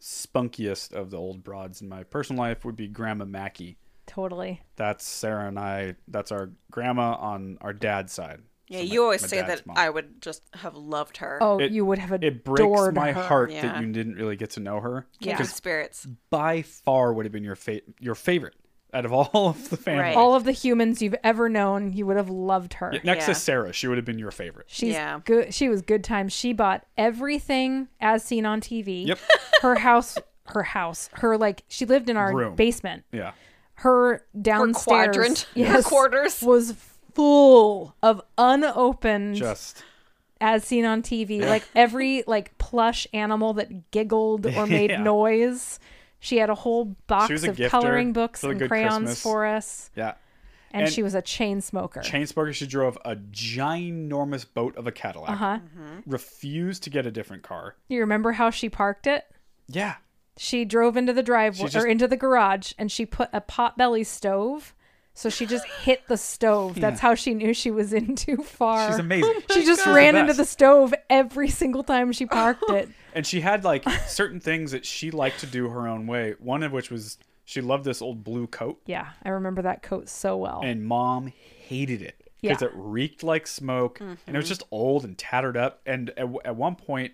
[SPEAKER 2] spunkiest of the old broads in my personal life would be Grandma Mackey.
[SPEAKER 1] Totally.
[SPEAKER 2] That's Sarah and I. That's our grandma on our dad's side.
[SPEAKER 3] Yeah,
[SPEAKER 2] So my-
[SPEAKER 3] you always
[SPEAKER 2] my
[SPEAKER 3] say
[SPEAKER 2] dad's
[SPEAKER 3] that
[SPEAKER 2] mom.
[SPEAKER 3] I would just have loved her.
[SPEAKER 1] Oh,
[SPEAKER 2] It- It breaks
[SPEAKER 1] adored
[SPEAKER 2] my
[SPEAKER 1] her.
[SPEAKER 2] heart
[SPEAKER 3] Yeah.
[SPEAKER 2] that you didn't really get to know her.
[SPEAKER 3] Kindred
[SPEAKER 2] because
[SPEAKER 3] spirits.
[SPEAKER 2] By far, would have been your fa- your favorite out of all of the family.
[SPEAKER 1] All of the humans you've ever known, you would have loved her.
[SPEAKER 2] Yeah, Next to Sarah, she would have been your favorite.
[SPEAKER 1] She's good. She was good times. She bought everything as seen on TV.
[SPEAKER 2] Yep.
[SPEAKER 1] (laughs) Her house, her house, her like she lived in our
[SPEAKER 2] Room.
[SPEAKER 1] basement.
[SPEAKER 2] Yeah.
[SPEAKER 1] Her downstairs
[SPEAKER 3] quadrant, her
[SPEAKER 1] (laughs) yes, quarters was full of unopened
[SPEAKER 2] Just
[SPEAKER 1] as seen on TV.
[SPEAKER 2] Yeah.
[SPEAKER 1] Like every like plush animal that giggled
[SPEAKER 2] (laughs)
[SPEAKER 1] or made
[SPEAKER 2] Yeah.
[SPEAKER 1] noise. She had a whole
[SPEAKER 2] she was
[SPEAKER 1] box
[SPEAKER 2] a
[SPEAKER 1] of
[SPEAKER 2] gifter
[SPEAKER 1] coloring books
[SPEAKER 2] for the
[SPEAKER 1] and
[SPEAKER 2] Good
[SPEAKER 1] crayons
[SPEAKER 2] Christmas.
[SPEAKER 1] for us.
[SPEAKER 2] Yeah.
[SPEAKER 1] And, she was a chain smoker.
[SPEAKER 2] chain smoker. She drove a ginormous boat of a Cadillac.
[SPEAKER 1] Uh-huh.
[SPEAKER 2] Refused to get a different car.
[SPEAKER 1] You remember how she parked it?
[SPEAKER 2] Yeah.
[SPEAKER 1] She drove into the driveway
[SPEAKER 2] She just-
[SPEAKER 1] or into the garage and she put a potbelly stove. So she
[SPEAKER 2] (gasps)
[SPEAKER 1] just hit the stove. That's
[SPEAKER 2] Yeah.
[SPEAKER 1] how she knew she was in too far.
[SPEAKER 2] She's (laughs) amazing. Oh my
[SPEAKER 1] she just
[SPEAKER 2] God.
[SPEAKER 1] ran
[SPEAKER 2] She's the
[SPEAKER 1] into the
[SPEAKER 2] best.
[SPEAKER 1] stove every single time she
[SPEAKER 2] (laughs)
[SPEAKER 1] parked it.
[SPEAKER 2] And she had like certain things that she liked to do her own way. One of which was she loved this old blue coat.
[SPEAKER 1] Yeah, I remember that coat so well.
[SPEAKER 2] And mom hated it because
[SPEAKER 1] Yeah.
[SPEAKER 2] it reeked like smoke and it was
[SPEAKER 1] Mhm.
[SPEAKER 2] just old and tattered up. And at, at one point,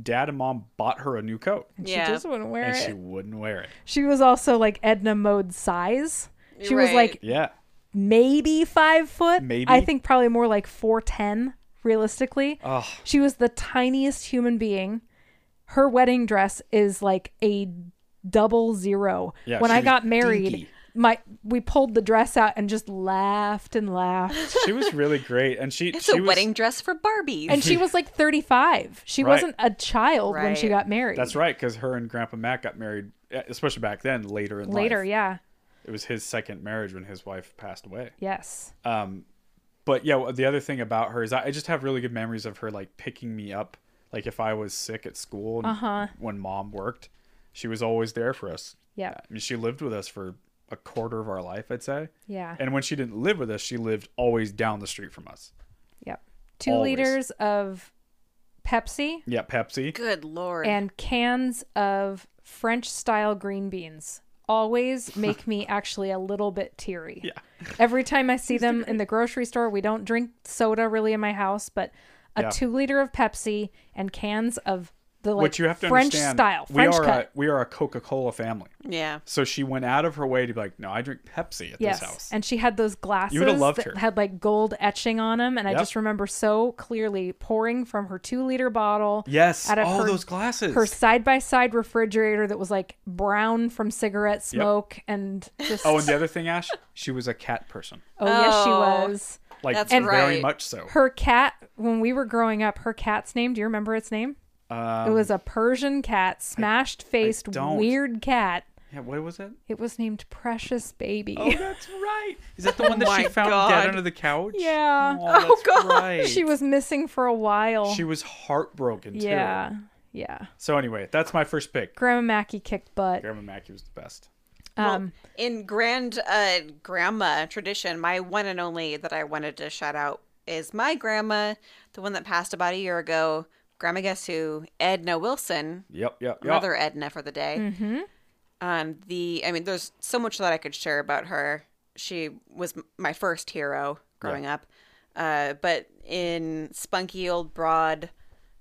[SPEAKER 2] dad and mom bought her a new coat.
[SPEAKER 1] And she Yeah. just wouldn't wear
[SPEAKER 2] and
[SPEAKER 1] it.
[SPEAKER 2] she wouldn't wear it.
[SPEAKER 1] She was also like Edna Mode size. She was
[SPEAKER 2] Right.
[SPEAKER 1] like
[SPEAKER 2] Yeah.
[SPEAKER 1] maybe five foot.
[SPEAKER 2] Maybe.
[SPEAKER 1] I think probably more like four ten, realistically.
[SPEAKER 2] Ugh.
[SPEAKER 1] She was the tiniest human being. Her wedding dress is like a double zero.
[SPEAKER 2] Yeah,
[SPEAKER 1] when
[SPEAKER 2] she
[SPEAKER 1] I
[SPEAKER 2] was
[SPEAKER 1] got married,
[SPEAKER 2] dinky.
[SPEAKER 1] my we pulled the dress out and just laughed and laughed.
[SPEAKER 2] She was really great. And she,
[SPEAKER 3] It's
[SPEAKER 2] she
[SPEAKER 3] a
[SPEAKER 2] was,
[SPEAKER 3] wedding dress for Barbies.
[SPEAKER 1] and
[SPEAKER 2] (laughs)
[SPEAKER 1] she was like thirty five. She
[SPEAKER 2] Right.
[SPEAKER 1] wasn't a child when she
[SPEAKER 2] Right.
[SPEAKER 1] got married.
[SPEAKER 2] That's right, because her and Grandpa Matt got married, eh, especially back then, later in
[SPEAKER 1] Later,
[SPEAKER 2] life.
[SPEAKER 1] yeah.
[SPEAKER 2] It was his second marriage when his wife passed away.
[SPEAKER 1] Yes.
[SPEAKER 2] Um, but yeah, well, the other thing about her is I I just have really good memories of her like picking me up, like if I was sick at school and
[SPEAKER 1] Uh-huh.
[SPEAKER 2] when mom worked, she was always there for us.
[SPEAKER 1] Yeah.
[SPEAKER 2] I mean, she lived with us for a quarter of our life, I'd say.
[SPEAKER 1] Yeah.
[SPEAKER 2] And when she didn't live with us, she lived always down the street from us.
[SPEAKER 1] Yep. Two
[SPEAKER 2] Always.
[SPEAKER 1] liters of Pepsi.
[SPEAKER 2] Yeah, Pepsi.
[SPEAKER 3] Good lord.
[SPEAKER 1] and cans of French style green beans always make me actually a little bit teary. Yeah. Every time I see them in the grocery store, we don't drink soda really in my house, but a
[SPEAKER 2] Yeah.
[SPEAKER 1] two liter of Pepsi and cans of the like
[SPEAKER 2] what you have to
[SPEAKER 1] French
[SPEAKER 2] understand,
[SPEAKER 1] style, French
[SPEAKER 2] we are
[SPEAKER 1] cut.
[SPEAKER 2] a we are a Coca Cola family.
[SPEAKER 3] Yeah.
[SPEAKER 2] So she went out of her way to be like, no, I drink Pepsi at
[SPEAKER 1] Yes,
[SPEAKER 2] this house.
[SPEAKER 1] and she had those glasses
[SPEAKER 2] loved
[SPEAKER 1] that
[SPEAKER 2] her.
[SPEAKER 1] had like gold etching on them, and I
[SPEAKER 2] Yep.
[SPEAKER 1] just remember so clearly pouring from her two-liter bottle.
[SPEAKER 2] Yes, all those glasses.
[SPEAKER 1] Her side-by-side refrigerator that was like brown from cigarette
[SPEAKER 2] Yep.
[SPEAKER 1] smoke, and just
[SPEAKER 2] Oh, and the other thing, Ash, she was a cat person.
[SPEAKER 1] Oh, yes, she
[SPEAKER 3] Oh,
[SPEAKER 1] was.
[SPEAKER 2] Like,
[SPEAKER 1] That's
[SPEAKER 2] very
[SPEAKER 1] right.
[SPEAKER 2] much so.
[SPEAKER 1] Her cat, when we were growing up, her cat's name. Do you remember its name? it
[SPEAKER 2] Um,
[SPEAKER 1] was a Persian cat, smashed-faced,
[SPEAKER 2] don't.
[SPEAKER 1] weird cat.
[SPEAKER 2] Yeah, what
[SPEAKER 1] (laughs)
[SPEAKER 2] was it?
[SPEAKER 1] It was named Precious Baby.
[SPEAKER 2] Oh, that's right. Is that the one that she found dead under the couch?
[SPEAKER 1] Oh Yeah.
[SPEAKER 2] Oh, that's God.
[SPEAKER 1] (laughs)
[SPEAKER 2] right.
[SPEAKER 1] She was missing for a while.
[SPEAKER 2] She was heartbroken too.
[SPEAKER 1] Yeah. Yeah.
[SPEAKER 2] So anyway, that's my first pick.
[SPEAKER 1] Grandma Mackey kicked butt.
[SPEAKER 2] Grandma Mackey was the best.
[SPEAKER 1] Um,
[SPEAKER 3] in grand uh, grandma tradition, my one and only that I wanted to shout out is my grandma, the one that passed about a year ago. Grandma, guess who? Edna Wilson.
[SPEAKER 2] Yep, yep, yep.
[SPEAKER 3] Another Edna for the day.
[SPEAKER 1] Mhm.
[SPEAKER 3] Um, the I mean, there's so much that I could share about her. She was m- my first hero growing up. Uh, but in spunky old broad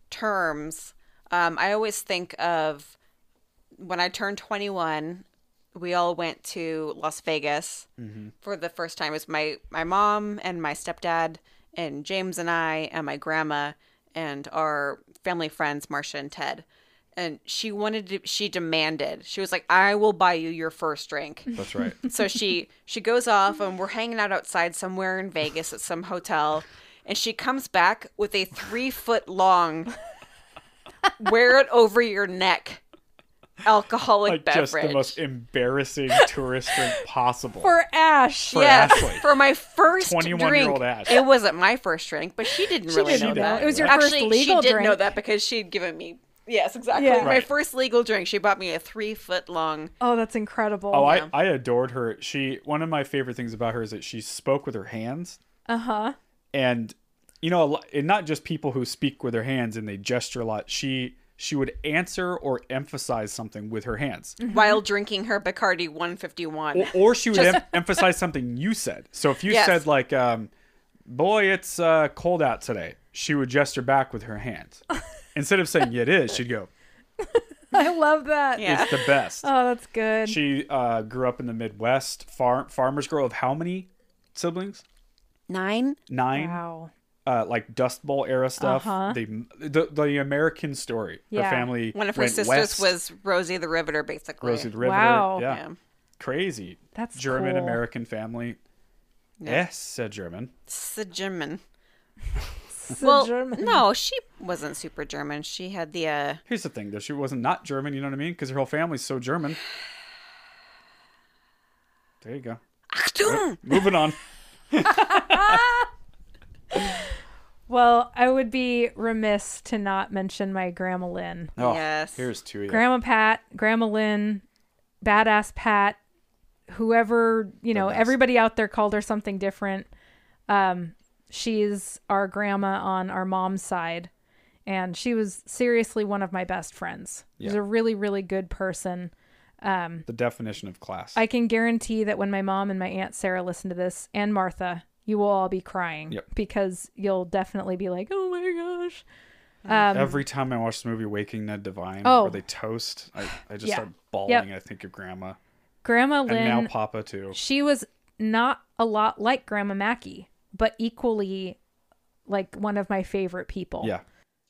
[SPEAKER 3] terms, um, I always think of when I turned 21. We all went to Las Vegas
[SPEAKER 13] Mhm.
[SPEAKER 3] for the first time. It was my my mom and my stepdad and James and I and my grandma and our family friends Marcia and Ted. And she wanted to, she demanded. She was like, "I will buy you your first drink."
[SPEAKER 1] (laughs)
[SPEAKER 2] That's right.
[SPEAKER 3] so she she goes off and we're hanging out outside somewhere in Vegas at some hotel and she comes back with a 3 foot long wear it over your neck alcoholic
[SPEAKER 2] Like
[SPEAKER 3] beverage
[SPEAKER 2] just the most embarrassing tourist drink possible.
[SPEAKER 1] for Ash.
[SPEAKER 2] For
[SPEAKER 3] yes,
[SPEAKER 2] Ashley.
[SPEAKER 3] for my first
[SPEAKER 2] 21-year-old
[SPEAKER 3] drink.
[SPEAKER 2] Ash.
[SPEAKER 3] It wasn't my first drink, but she didn't
[SPEAKER 1] She
[SPEAKER 3] really
[SPEAKER 1] didn't
[SPEAKER 3] know
[SPEAKER 1] know.
[SPEAKER 3] that.
[SPEAKER 1] It was your first
[SPEAKER 3] Actually,
[SPEAKER 1] legal
[SPEAKER 3] she did know
[SPEAKER 1] drink.
[SPEAKER 3] that because she'd given me Yes, exactly.
[SPEAKER 1] Yeah.
[SPEAKER 3] My
[SPEAKER 2] Right.
[SPEAKER 3] first legal drink, she bought me a three foot long.
[SPEAKER 1] Oh, that's incredible.
[SPEAKER 2] Oh, I, I adored her. She one of my favorite things about her is that she spoke with her hands,
[SPEAKER 1] Uh
[SPEAKER 3] Uh-huh.
[SPEAKER 1] huh.
[SPEAKER 2] and you know, a lo- and not just people who speak with their hands and they gesture a lot. She she would answer or emphasize something with her hands,
[SPEAKER 3] While drinking her Bacardi 151.
[SPEAKER 2] or, or she would
[SPEAKER 3] Just-
[SPEAKER 2] em- emphasize something you said. So if you
[SPEAKER 3] Yes.
[SPEAKER 2] said like, um, "Boy, it's uh, cold out today," she would gesture back with her
[SPEAKER 3] (laughs)
[SPEAKER 2] hands instead of saying "Yeah, "It is." She'd go,
[SPEAKER 1] (laughs) I love that.
[SPEAKER 2] It's the best.
[SPEAKER 1] Oh, that's good.
[SPEAKER 2] She uh, grew up in the Midwest, farm farmer's girl of how many siblings?
[SPEAKER 3] Nine.
[SPEAKER 2] Nine.
[SPEAKER 1] Wow.
[SPEAKER 2] Uh, like Dust Bowl era stuff.
[SPEAKER 3] Uh-huh.
[SPEAKER 2] The, the the American story. Her family.
[SPEAKER 3] One of her
[SPEAKER 2] went
[SPEAKER 3] sisters
[SPEAKER 2] west,
[SPEAKER 3] was Rosie the Riveter, basically.
[SPEAKER 2] Rosie the River.
[SPEAKER 1] Wow.
[SPEAKER 2] Yeah.
[SPEAKER 3] Yeah.
[SPEAKER 2] Crazy.
[SPEAKER 3] That's
[SPEAKER 2] German American family.
[SPEAKER 3] Yeah.
[SPEAKER 2] Yes, said German.
[SPEAKER 3] It's the German.
[SPEAKER 1] It's a
[SPEAKER 3] well,
[SPEAKER 1] German.
[SPEAKER 3] no, she wasn't super German. She had the. Uh,
[SPEAKER 2] Here's the thing, though. She wasn't not German. You know what I mean? Because her whole family's so German. There you go. Yep, Moving
[SPEAKER 3] (laughs)
[SPEAKER 2] on.
[SPEAKER 1] Well, I would be remiss to not mention my Grandma Lynn.
[SPEAKER 2] Oh, Yes. here's to ya.
[SPEAKER 1] Grandma Pat, Grandma Lynn, Badass Pat, whoever, you know, everybody out there called her something different. Um, she's our grandma on our mom's side. And she was seriously one of my best friends. She was
[SPEAKER 2] Yeah.
[SPEAKER 1] a really, really good person. Um,
[SPEAKER 2] The definition of class.
[SPEAKER 1] I can guarantee that when my mom and my aunt Sarah listen to this and Martha, you will all be crying
[SPEAKER 2] Yep.
[SPEAKER 1] because you'll definitely be like, "Oh my gosh."
[SPEAKER 2] Mm.
[SPEAKER 1] Um,
[SPEAKER 2] Every time I watch the movie Waking Ned Divine,
[SPEAKER 1] Oh.
[SPEAKER 2] where they toast, I, I just
[SPEAKER 1] Yeah.
[SPEAKER 2] start bawling.
[SPEAKER 1] Yep.
[SPEAKER 2] I think of Grandma.
[SPEAKER 1] Grandma
[SPEAKER 2] and
[SPEAKER 1] Lynn
[SPEAKER 2] now Papa too.
[SPEAKER 1] She was not a lot like Grandma Mackey, but equally like one of my favorite people.
[SPEAKER 2] Yeah.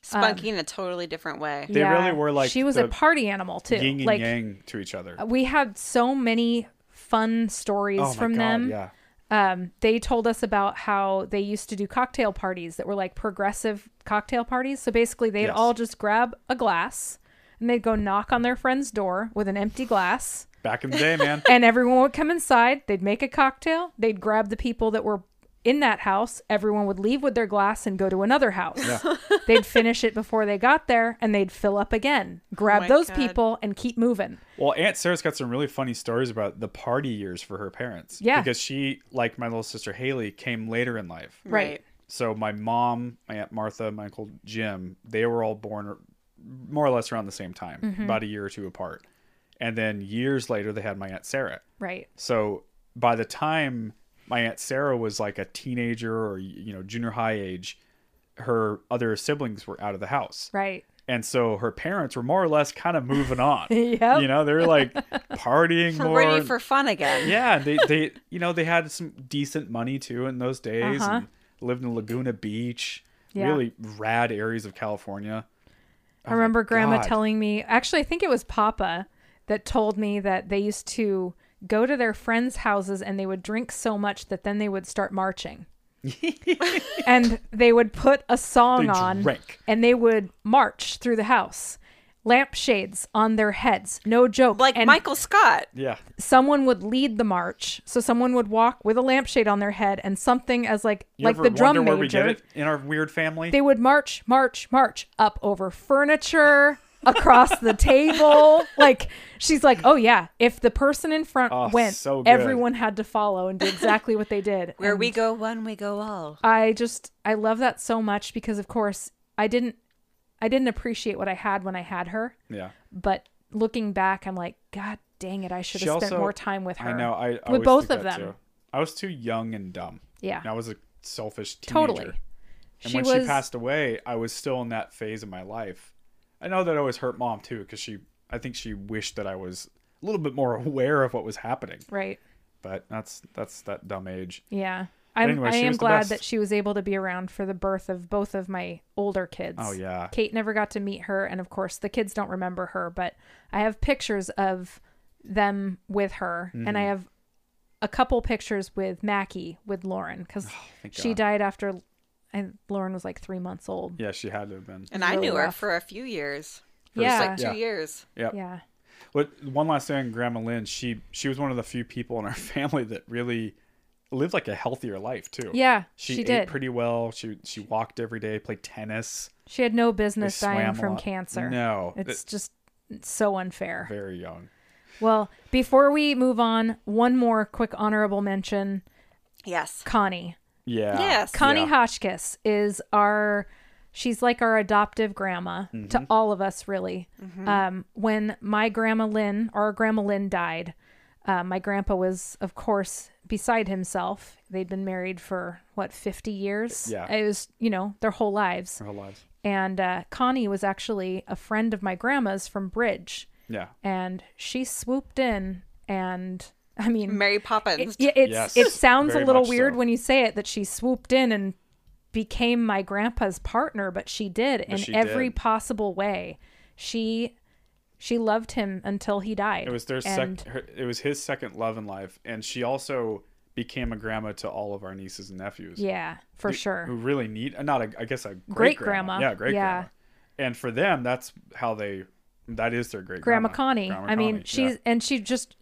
[SPEAKER 3] spunky
[SPEAKER 1] Um,
[SPEAKER 3] in a totally different way.
[SPEAKER 2] They really were like
[SPEAKER 1] She was
[SPEAKER 2] the
[SPEAKER 1] a party animal too.
[SPEAKER 2] Yin and
[SPEAKER 1] like uh,
[SPEAKER 2] yang to each other.
[SPEAKER 1] we had so many fun stories
[SPEAKER 2] Oh my
[SPEAKER 1] from
[SPEAKER 2] God,
[SPEAKER 1] them.
[SPEAKER 2] yeah.
[SPEAKER 1] Um, they told us about how they used to do cocktail parties that were like progressive cocktail parties. So basically, they'd
[SPEAKER 11] Yes.
[SPEAKER 1] all just grab a glass and they'd go knock on their friend's door with an empty glass.
[SPEAKER 2] (laughs) Back in the
[SPEAKER 1] (laughs)
[SPEAKER 2] day, man.
[SPEAKER 1] and everyone would come inside. They'd make a cocktail. They'd grab the people that were in that house. Everyone would leave with their glass and go to another house.
[SPEAKER 2] Yeah.
[SPEAKER 1] (laughs) they'd finish it before they got there and they'd fill up again, grab
[SPEAKER 2] Oh my
[SPEAKER 1] those
[SPEAKER 2] God.
[SPEAKER 1] people, and keep moving.
[SPEAKER 2] Well, Aunt Sarah's got some really funny stories about the party years for her parents.
[SPEAKER 1] Yeah.
[SPEAKER 2] Because she, like my little sister Haley, came later in life.
[SPEAKER 1] Right.
[SPEAKER 2] So my mom, my Aunt Martha, my Uncle Jim, they were all born more or less around the same time,
[SPEAKER 1] Mhm.
[SPEAKER 2] about a year or two apart. And then years later, they had my Aunt Sarah.
[SPEAKER 1] Right.
[SPEAKER 2] So by the time my aunt Sarah was like a teenager or you know junior high age, her other siblings were out of the house.
[SPEAKER 1] Right.
[SPEAKER 2] And so her parents were more or less kind of moving
[SPEAKER 1] (laughs)
[SPEAKER 2] on.
[SPEAKER 1] Yep.
[SPEAKER 2] You know, they were like
[SPEAKER 1] (laughs)
[SPEAKER 2] partying
[SPEAKER 3] For
[SPEAKER 2] more.
[SPEAKER 3] ready for fun again.
[SPEAKER 2] yeah, they they you know they had some decent money too in those days.
[SPEAKER 3] Uh-huh.
[SPEAKER 2] And lived in Laguna Beach,
[SPEAKER 1] Yeah.
[SPEAKER 2] really rad areas of California. Oh
[SPEAKER 1] I
[SPEAKER 2] my
[SPEAKER 1] remember grandma
[SPEAKER 2] God.
[SPEAKER 1] telling me, actually, I think it was Papa that told me that they used to go to their friends' houses and they would drink so much that then they would start
[SPEAKER 2] (laughs)
[SPEAKER 1] marching. and they would put a song
[SPEAKER 11] They
[SPEAKER 1] on
[SPEAKER 11] drank.
[SPEAKER 1] and they would march through the house, lampshades on their heads. No joke. Like and
[SPEAKER 3] Michael Scott.
[SPEAKER 2] Yeah.
[SPEAKER 1] Someone would lead the march. So someone would walk with a lampshade on their head and something as like
[SPEAKER 2] You
[SPEAKER 1] like
[SPEAKER 2] ever
[SPEAKER 1] the drum
[SPEAKER 2] wonder
[SPEAKER 1] major.
[SPEAKER 2] where we get it in our weird family?
[SPEAKER 1] They would march, march, march up over furniture, across the table. Like she's like, "Oh yeah, if the person in front
[SPEAKER 3] Oh,
[SPEAKER 1] went,
[SPEAKER 3] so good.
[SPEAKER 1] everyone had to follow and do exactly what they did."
[SPEAKER 3] (laughs) Where we
[SPEAKER 1] And
[SPEAKER 3] go one, we go all.
[SPEAKER 1] I just I love that so much because of course, I didn't I didn't appreciate what I had when I had her,
[SPEAKER 2] yeah.
[SPEAKER 1] but looking back, I'm like, "God dang it, I should
[SPEAKER 2] She
[SPEAKER 1] have spent
[SPEAKER 2] also-
[SPEAKER 1] more time with her."
[SPEAKER 2] I know. I, I
[SPEAKER 1] with both
[SPEAKER 2] always think
[SPEAKER 1] of
[SPEAKER 2] that,
[SPEAKER 1] them.
[SPEAKER 2] too. I was too young and dumb.
[SPEAKER 1] Yeah.
[SPEAKER 2] And I was a selfish teenager.
[SPEAKER 1] Totally.
[SPEAKER 2] And
[SPEAKER 1] She
[SPEAKER 2] when
[SPEAKER 1] was-
[SPEAKER 2] she passed away, I was still in that phase of my life. I know that always hurt mom too, because she, I think she wished that I was a little bit more (laughs) aware of what was happening.
[SPEAKER 1] Right.
[SPEAKER 2] But that's that's that dumb age.
[SPEAKER 1] Yeah.
[SPEAKER 2] But
[SPEAKER 1] I'm,
[SPEAKER 2] anyway,
[SPEAKER 1] I
[SPEAKER 2] she
[SPEAKER 1] am
[SPEAKER 2] was the
[SPEAKER 1] glad
[SPEAKER 2] best.
[SPEAKER 1] that she was able to be around for the birth of both of my older kids.
[SPEAKER 2] Oh, yeah.
[SPEAKER 1] Kate never got to meet her. And of course, the kids don't remember her, but I have pictures of them with her. And I
[SPEAKER 2] Mm.
[SPEAKER 11] Mhm.
[SPEAKER 1] have a couple pictures with Mackie, with Lauren, because
[SPEAKER 2] Oh, thank
[SPEAKER 1] she
[SPEAKER 2] God.
[SPEAKER 1] died after and Lauren was like three months old.
[SPEAKER 2] Yeah, she had to have been.
[SPEAKER 3] And
[SPEAKER 1] It's
[SPEAKER 3] I
[SPEAKER 1] really
[SPEAKER 3] knew her
[SPEAKER 1] rough.
[SPEAKER 3] for a few years.
[SPEAKER 1] For
[SPEAKER 3] Just
[SPEAKER 1] Yeah.
[SPEAKER 3] like two
[SPEAKER 2] Yeah.
[SPEAKER 3] years.
[SPEAKER 2] Yep.
[SPEAKER 1] Yeah.
[SPEAKER 2] (laughs) But one last thing on Grandma Lynn, she she was one of the few people in our family that really lived like a healthier life too.
[SPEAKER 1] Yeah,
[SPEAKER 2] she,
[SPEAKER 1] she
[SPEAKER 2] ate
[SPEAKER 1] did.
[SPEAKER 2] pretty well. She she walked every day, played tennis.
[SPEAKER 1] She had no
[SPEAKER 2] They
[SPEAKER 1] business dying
[SPEAKER 2] swam a
[SPEAKER 1] from
[SPEAKER 2] lot.
[SPEAKER 1] cancer.
[SPEAKER 2] No,
[SPEAKER 1] It's
[SPEAKER 2] that-
[SPEAKER 1] just so unfair.
[SPEAKER 2] very young.
[SPEAKER 1] Well, before we move on, one more quick honorable mention.
[SPEAKER 3] Yes.
[SPEAKER 1] Connie.
[SPEAKER 2] Yeah. Yes.
[SPEAKER 1] Connie
[SPEAKER 2] Yeah.
[SPEAKER 1] Hotchkiss is our she's like our adoptive grandma to
[SPEAKER 2] Mhm.
[SPEAKER 1] all of us really.
[SPEAKER 11] Mhm.
[SPEAKER 1] Um when my grandma Lynn, our grandma Lynn died, uh, my grandpa was of course beside himself. They'd been married for what 50 years.
[SPEAKER 2] Yeah.
[SPEAKER 1] It was, you know, their whole lives.
[SPEAKER 2] Her whole lives.
[SPEAKER 1] And uh, Connie was actually a friend of my grandma's from Bridge
[SPEAKER 2] Yeah.
[SPEAKER 1] and she swooped in and I mean
[SPEAKER 3] Mary
[SPEAKER 1] it,
[SPEAKER 3] Poppins.
[SPEAKER 1] yeah, it's,
[SPEAKER 2] Yes,
[SPEAKER 1] it sounds a
[SPEAKER 2] very
[SPEAKER 1] little
[SPEAKER 2] much
[SPEAKER 1] weird
[SPEAKER 2] so.
[SPEAKER 1] when you say it that she swooped in and became my grandpa's partner but she did
[SPEAKER 2] But
[SPEAKER 1] in
[SPEAKER 2] she
[SPEAKER 1] every
[SPEAKER 2] did.
[SPEAKER 1] possible way she she loved him until he died
[SPEAKER 2] It was their
[SPEAKER 1] and
[SPEAKER 2] sec. Her, it was his second love in life, and she also became a grandma to all of our nieces and nephews.
[SPEAKER 1] Yeah, for
[SPEAKER 2] Who-
[SPEAKER 1] sure.
[SPEAKER 2] Who really need uh, not a I guess a great
[SPEAKER 1] Great-grandma.
[SPEAKER 2] grandma. Yeah, great
[SPEAKER 1] Yeah.
[SPEAKER 2] grandma. And for them, that's how they. That is their great
[SPEAKER 1] grandma connie i mean
[SPEAKER 2] she's.
[SPEAKER 1] she's and she just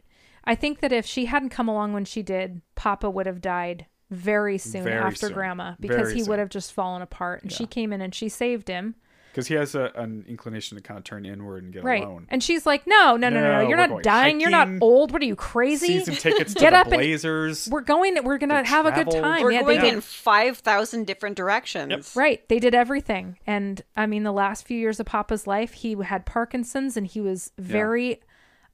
[SPEAKER 1] i think that if she hadn't come along when she did papa would have died very soon
[SPEAKER 2] Very
[SPEAKER 1] after
[SPEAKER 2] soon.
[SPEAKER 1] grandma because
[SPEAKER 2] Very
[SPEAKER 1] he
[SPEAKER 2] soon.
[SPEAKER 1] would have just fallen apart and she came in and she saved him
[SPEAKER 2] because he has a, an inclination to kind of turn inward and get
[SPEAKER 1] right.
[SPEAKER 2] alone.
[SPEAKER 1] And she's like, no, no, no, no,
[SPEAKER 2] No,
[SPEAKER 1] no.
[SPEAKER 2] we're
[SPEAKER 1] You're not
[SPEAKER 2] going
[SPEAKER 1] dying. You're not
[SPEAKER 2] hiking,
[SPEAKER 1] old. What are you crazy? (laughs)
[SPEAKER 2] Season tickets to
[SPEAKER 1] Get
[SPEAKER 2] the
[SPEAKER 1] up and
[SPEAKER 2] Blazers.
[SPEAKER 1] we're going. We're gonna have a good
[SPEAKER 2] travel.
[SPEAKER 1] time.
[SPEAKER 3] We're
[SPEAKER 1] yeah,
[SPEAKER 3] going
[SPEAKER 1] they
[SPEAKER 3] in
[SPEAKER 1] did.
[SPEAKER 3] five thousand different directions.
[SPEAKER 1] Right. They did everything. And I mean, the last few years of Papa's life, he had Parkinson's and he was very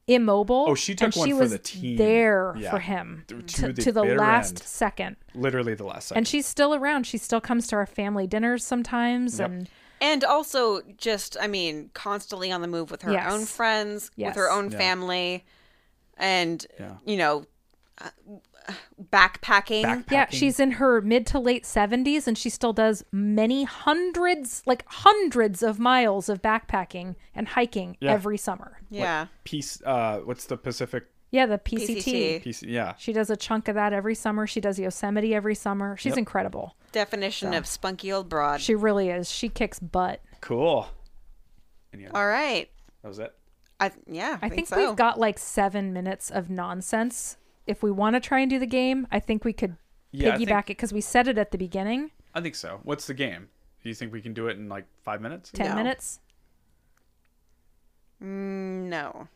[SPEAKER 1] immobile.
[SPEAKER 2] Oh, she took
[SPEAKER 1] and
[SPEAKER 2] one
[SPEAKER 1] she
[SPEAKER 2] for
[SPEAKER 1] was
[SPEAKER 2] the team.
[SPEAKER 1] There
[SPEAKER 2] Yeah.
[SPEAKER 1] for him
[SPEAKER 2] Th-
[SPEAKER 1] to,
[SPEAKER 2] to
[SPEAKER 1] to the,
[SPEAKER 2] the bitter
[SPEAKER 1] last
[SPEAKER 2] end.
[SPEAKER 1] second.
[SPEAKER 2] Literally the last second.
[SPEAKER 1] And she's still around. She still comes to our family dinners sometimes.
[SPEAKER 2] Yep.
[SPEAKER 1] And
[SPEAKER 3] And also just I mean, constantly on the move with her
[SPEAKER 1] Yes.
[SPEAKER 3] own friends,
[SPEAKER 1] Yes.
[SPEAKER 3] with her own
[SPEAKER 1] Yeah.
[SPEAKER 3] family and
[SPEAKER 1] Yeah.
[SPEAKER 3] you know, uh, backpacking.
[SPEAKER 1] Yeah, she's in her mid to late 70s and she still does many hundreds, like hundreds of miles of backpacking and hiking
[SPEAKER 2] Yeah.
[SPEAKER 1] every summer.
[SPEAKER 2] What, Peace. Uh, what's the Pacific?
[SPEAKER 1] Yeah, the PCT.
[SPEAKER 2] PC, yeah.
[SPEAKER 1] She does a chunk of that every summer. She does Yosemite every summer. She's
[SPEAKER 2] Yep.
[SPEAKER 1] incredible.
[SPEAKER 3] definition
[SPEAKER 1] So.
[SPEAKER 3] of spunky old broad.
[SPEAKER 1] She really is. She kicks butt.
[SPEAKER 2] Cool. Any other-
[SPEAKER 3] All right.
[SPEAKER 2] That was it.
[SPEAKER 3] I yeah,
[SPEAKER 1] I think,
[SPEAKER 3] so.
[SPEAKER 1] we've got like seven minutes of nonsense. If we want to try and do the game, I think we could
[SPEAKER 2] Yeah, I think-
[SPEAKER 1] piggyback it because we said it at the beginning.
[SPEAKER 2] I think so. What's the game? Do you think we can do it in like five minutes?
[SPEAKER 1] 10 minutes.
[SPEAKER 3] Mm, No.